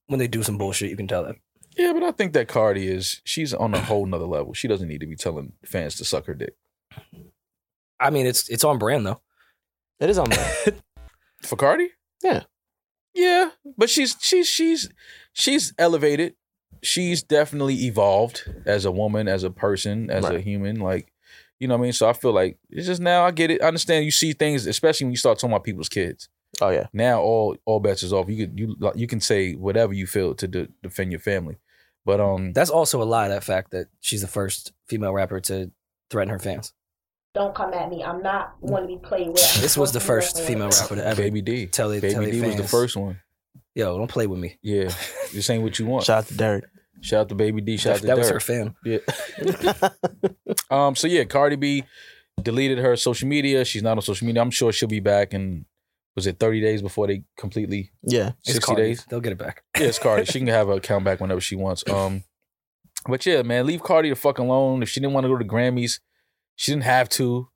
S2: when they do some bullshit, you can tell that.
S1: Yeah, but I think that Cardi is she's on a whole nother level. She doesn't need to be telling fans to suck her dick.
S2: I mean, it's it's on brand though.
S3: It is on that.
S1: For Cardi?
S3: Yeah.
S1: Yeah. But she's she's she's she's elevated. She's definitely evolved as a woman, as a person, as a
S3: Right.
S1: human. Like, you know what I mean? So I feel like it's just now I get it. I understand you see things, especially when you start talking about people's kids.
S3: oh yeah.
S1: Now all all bets is off. You could you like, you can say whatever you feel to de- defend your family. But um
S2: That's also a lie. That fact that she's the first female rapper to threaten her fans.
S7: Don't come at me. I'm not one to be played with.
S2: This was the first female rapper to ever
S1: Baby D.
S2: tell they
S1: Baby
S2: tell they
S1: D was
S2: fans.
S1: the first one.
S2: Yo, don't play with me.
S1: Yeah. This ain't what you want. Shout,
S3: Shout out to Derek.
S1: out to Baby D. Shout
S2: That,
S1: out to
S2: that was
S1: Dirk.
S2: her fan.
S1: Yeah. um. So yeah, Cardi B deleted her social media. She's not on social media. I'm sure she'll be back. And was it 30 days before they completely
S3: yeah.
S1: 60
S2: Cardi.
S1: days?
S2: They'll get it back.
S1: Yeah, it's Cardi. she can have her account back whenever she wants. Um. But yeah, man, leave Cardi the fuck alone. If she didn't want to go to Grammys, she didn't have to.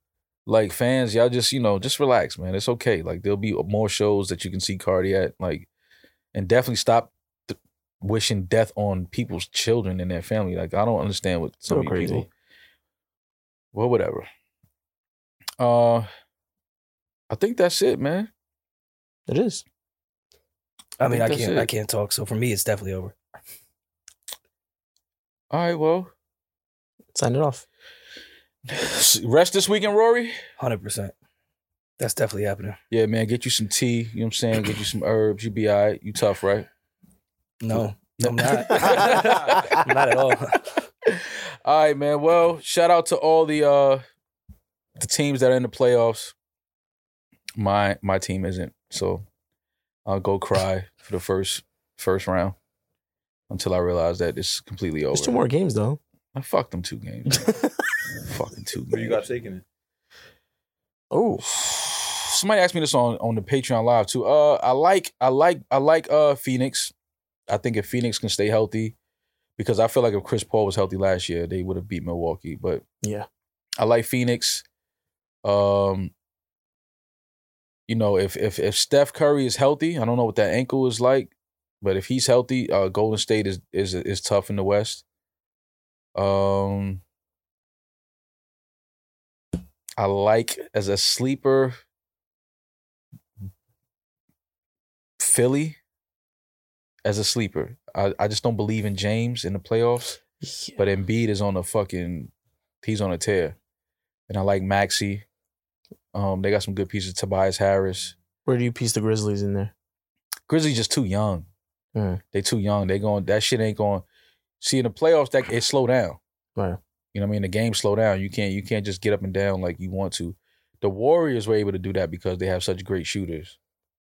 S1: Like fans, y'all just you know just relax, man. It's okay. Like there'll be more shows that you can see Cardi at. Like, and definitely stop. th- Wishing death on people's children and their family. Like I don't understand what some
S3: So
S1: of you
S3: crazy.
S1: people well, whatever. Uh, I think that's it, man.
S3: It is.
S2: I mean, I
S1: That's
S2: can't
S1: it.
S2: I can't talk. So for me, it's definitely over.
S1: All right, well,
S3: Sign it off.
S1: rest this weekend, Rory.
S2: Hundred percent. That's definitely happening.
S1: Yeah, man, get you some tea. You know what I'm saying? Get you some herbs. You be all right. You tough, right?
S2: No, I'm not.
S1: not
S2: not at all.
S1: All right, man. Well, shout out to all the uh the teams that are in the playoffs. My my team isn't, so I'll go cry for the first first round until I realize that it's completely over.
S3: There's two more games though.
S1: I fucked them two games. Fucking two games.
S5: Who you got taking it?
S3: Oh.
S1: Somebody asked me this on on the Patreon live too. Uh, I like I like I like uh Phoenix. I think if Phoenix can stay healthy, because I feel like if Chris Paul was healthy last year, they would have beat Milwaukee. But
S3: Yeah.
S1: I like Phoenix. Um, you know, if if if Steph Curry is healthy, I don't know what that ankle is like, but if he's healthy, uh, Golden State is is is tough in the West. Um, I like as a sleeper Philly as a sleeper. I, I just don't believe in James in the playoffs, but Embiid is on a fucking he's on a tear. And I like Maxi. Um, they got some good pieces. Tobias Harris.
S3: Where do you piece the Grizzlies in there?
S1: Grizzlies just too young.
S3: Mm.
S1: They too young. They going that shit ain't going. See in the playoffs that it slow down.
S3: Right.
S1: You know what I mean? The game slow down. You can't you can't just get up and down like you want to. The Warriors were able to do that because they have such great shooters.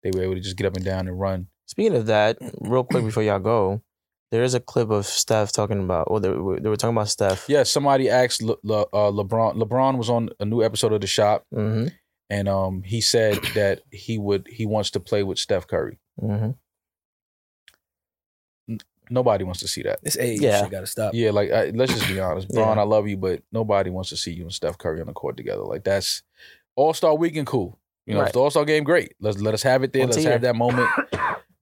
S1: They were able to just get up and down and run.
S3: Speaking of that, real quick before y'all go, there is a clip of Steph talking about. Oh, they were, they were talking about Steph.
S1: Yeah, somebody asked Le, Le, uh, LeBron. LeBron was on a new episode of The Shop,
S3: hmm
S1: and um, he said that he would he wants to play with Steph Curry.
S3: hmm
S1: Nobody wants to see that.
S2: This age
S3: Yeah.
S2: shit got to stop.
S1: Yeah, like I, let's just be honest,
S3: Yeah.
S1: Bron. I love you, but nobody wants to see you and Steph Curry on the court together. Like that's All Star Weekend, cool. You know, it's
S3: Right.
S1: the All Star game, great. Let's let us have it there.
S3: Once a
S1: Let's have
S3: year.
S1: that moment.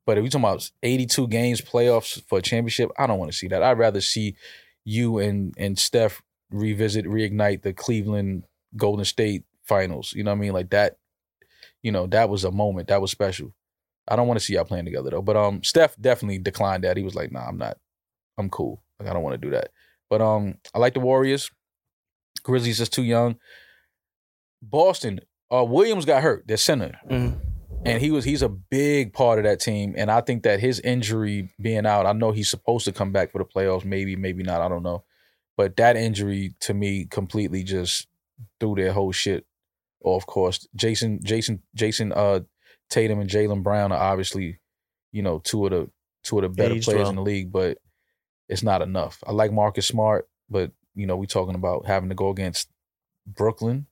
S1: But if you talking about eighty two games playoffs for a championship, I don't want to see that. I'd rather see you and and Steph revisit, reignite the Cleveland Golden State Finals. You know what I mean? Like that. You know that was a moment. That was special. I don't want to see y'all playing together though. But um, Steph definitely declined that. He was like, "Nah, I'm not. I'm cool. Like I don't want to do that." But um, I like the Warriors. Grizzlies is too young. Boston. Uh, Williams got hurt. Their center
S2: Mhm.
S1: and he was he's a big part of that team and i think that his injury being out i know he's supposed to come back for the playoffs maybe maybe not i don't know but that injury to me completely just threw their whole shit off course. Jason, Jason, Jason, uh, Tatum and Jalen Brown are obviously, you know, two of the two of the better
S3: Aged
S1: players
S3: well.
S1: in the league, but it's not enough. I like Marcus Smart, but you know, we talking about having to go against Brooklyn,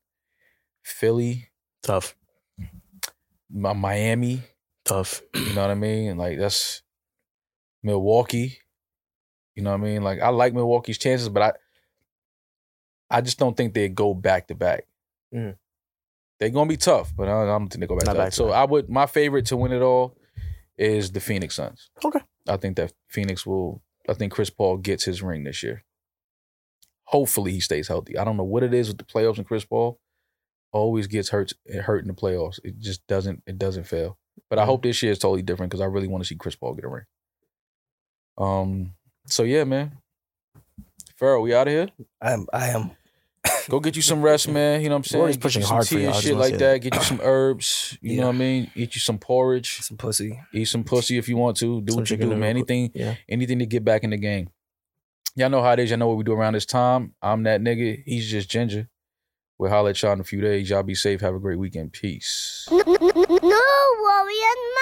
S1: Philly,
S3: Tough.
S1: Mi- Miami.
S3: Tough.
S1: You know what I mean? Like that's Milwaukee. You know what I mean? Like I like Milwaukee's chances, but I I just don't think they go back to back.
S3: Mhm.
S1: They're gonna be tough, but I I don't think they go back
S3: Not
S1: to Mm. back. So
S3: back-to-back.
S1: I would my favorite to win it all is the Phoenix Suns.
S3: Okay.
S1: I think that Phoenix will I think Chris Paul gets his ring this year. Hopefully he stays healthy. I don't know what it is with the playoffs and Chris Paul always gets hurt hurt in the playoffs. It just doesn't it doesn't fail. But
S3: Mm-hmm.
S1: I hope this year is totally different because I really want to see Chris Paul get a ring. Um. So yeah, man. Farrell, we out of here.
S2: I'm, I am.
S1: Go get you some rest, man. You know what I'm saying?
S3: Rory's
S1: Get
S3: pushing
S1: you some
S3: hard for
S1: tea
S3: y'all.
S1: and
S3: I just
S1: shit
S3: wanna
S1: like
S3: say
S1: that. Get you some herbs. You know
S2: Yeah.
S1: what I mean? Eat you some porridge.
S2: Some pussy.
S1: Eat some pussy if you want to. Do
S3: Some
S1: what you
S3: chicken
S1: do, man.
S3: noodle.
S1: Anything,
S3: Yeah.
S1: anything to get back in the game. Y'all know how it is. Y'all know what we do around this time. I'm that nigga. He's just Ginger. We'll holler at y'all in a few days. Y'all be safe. Have a great weekend. Peace.
S4: No worry and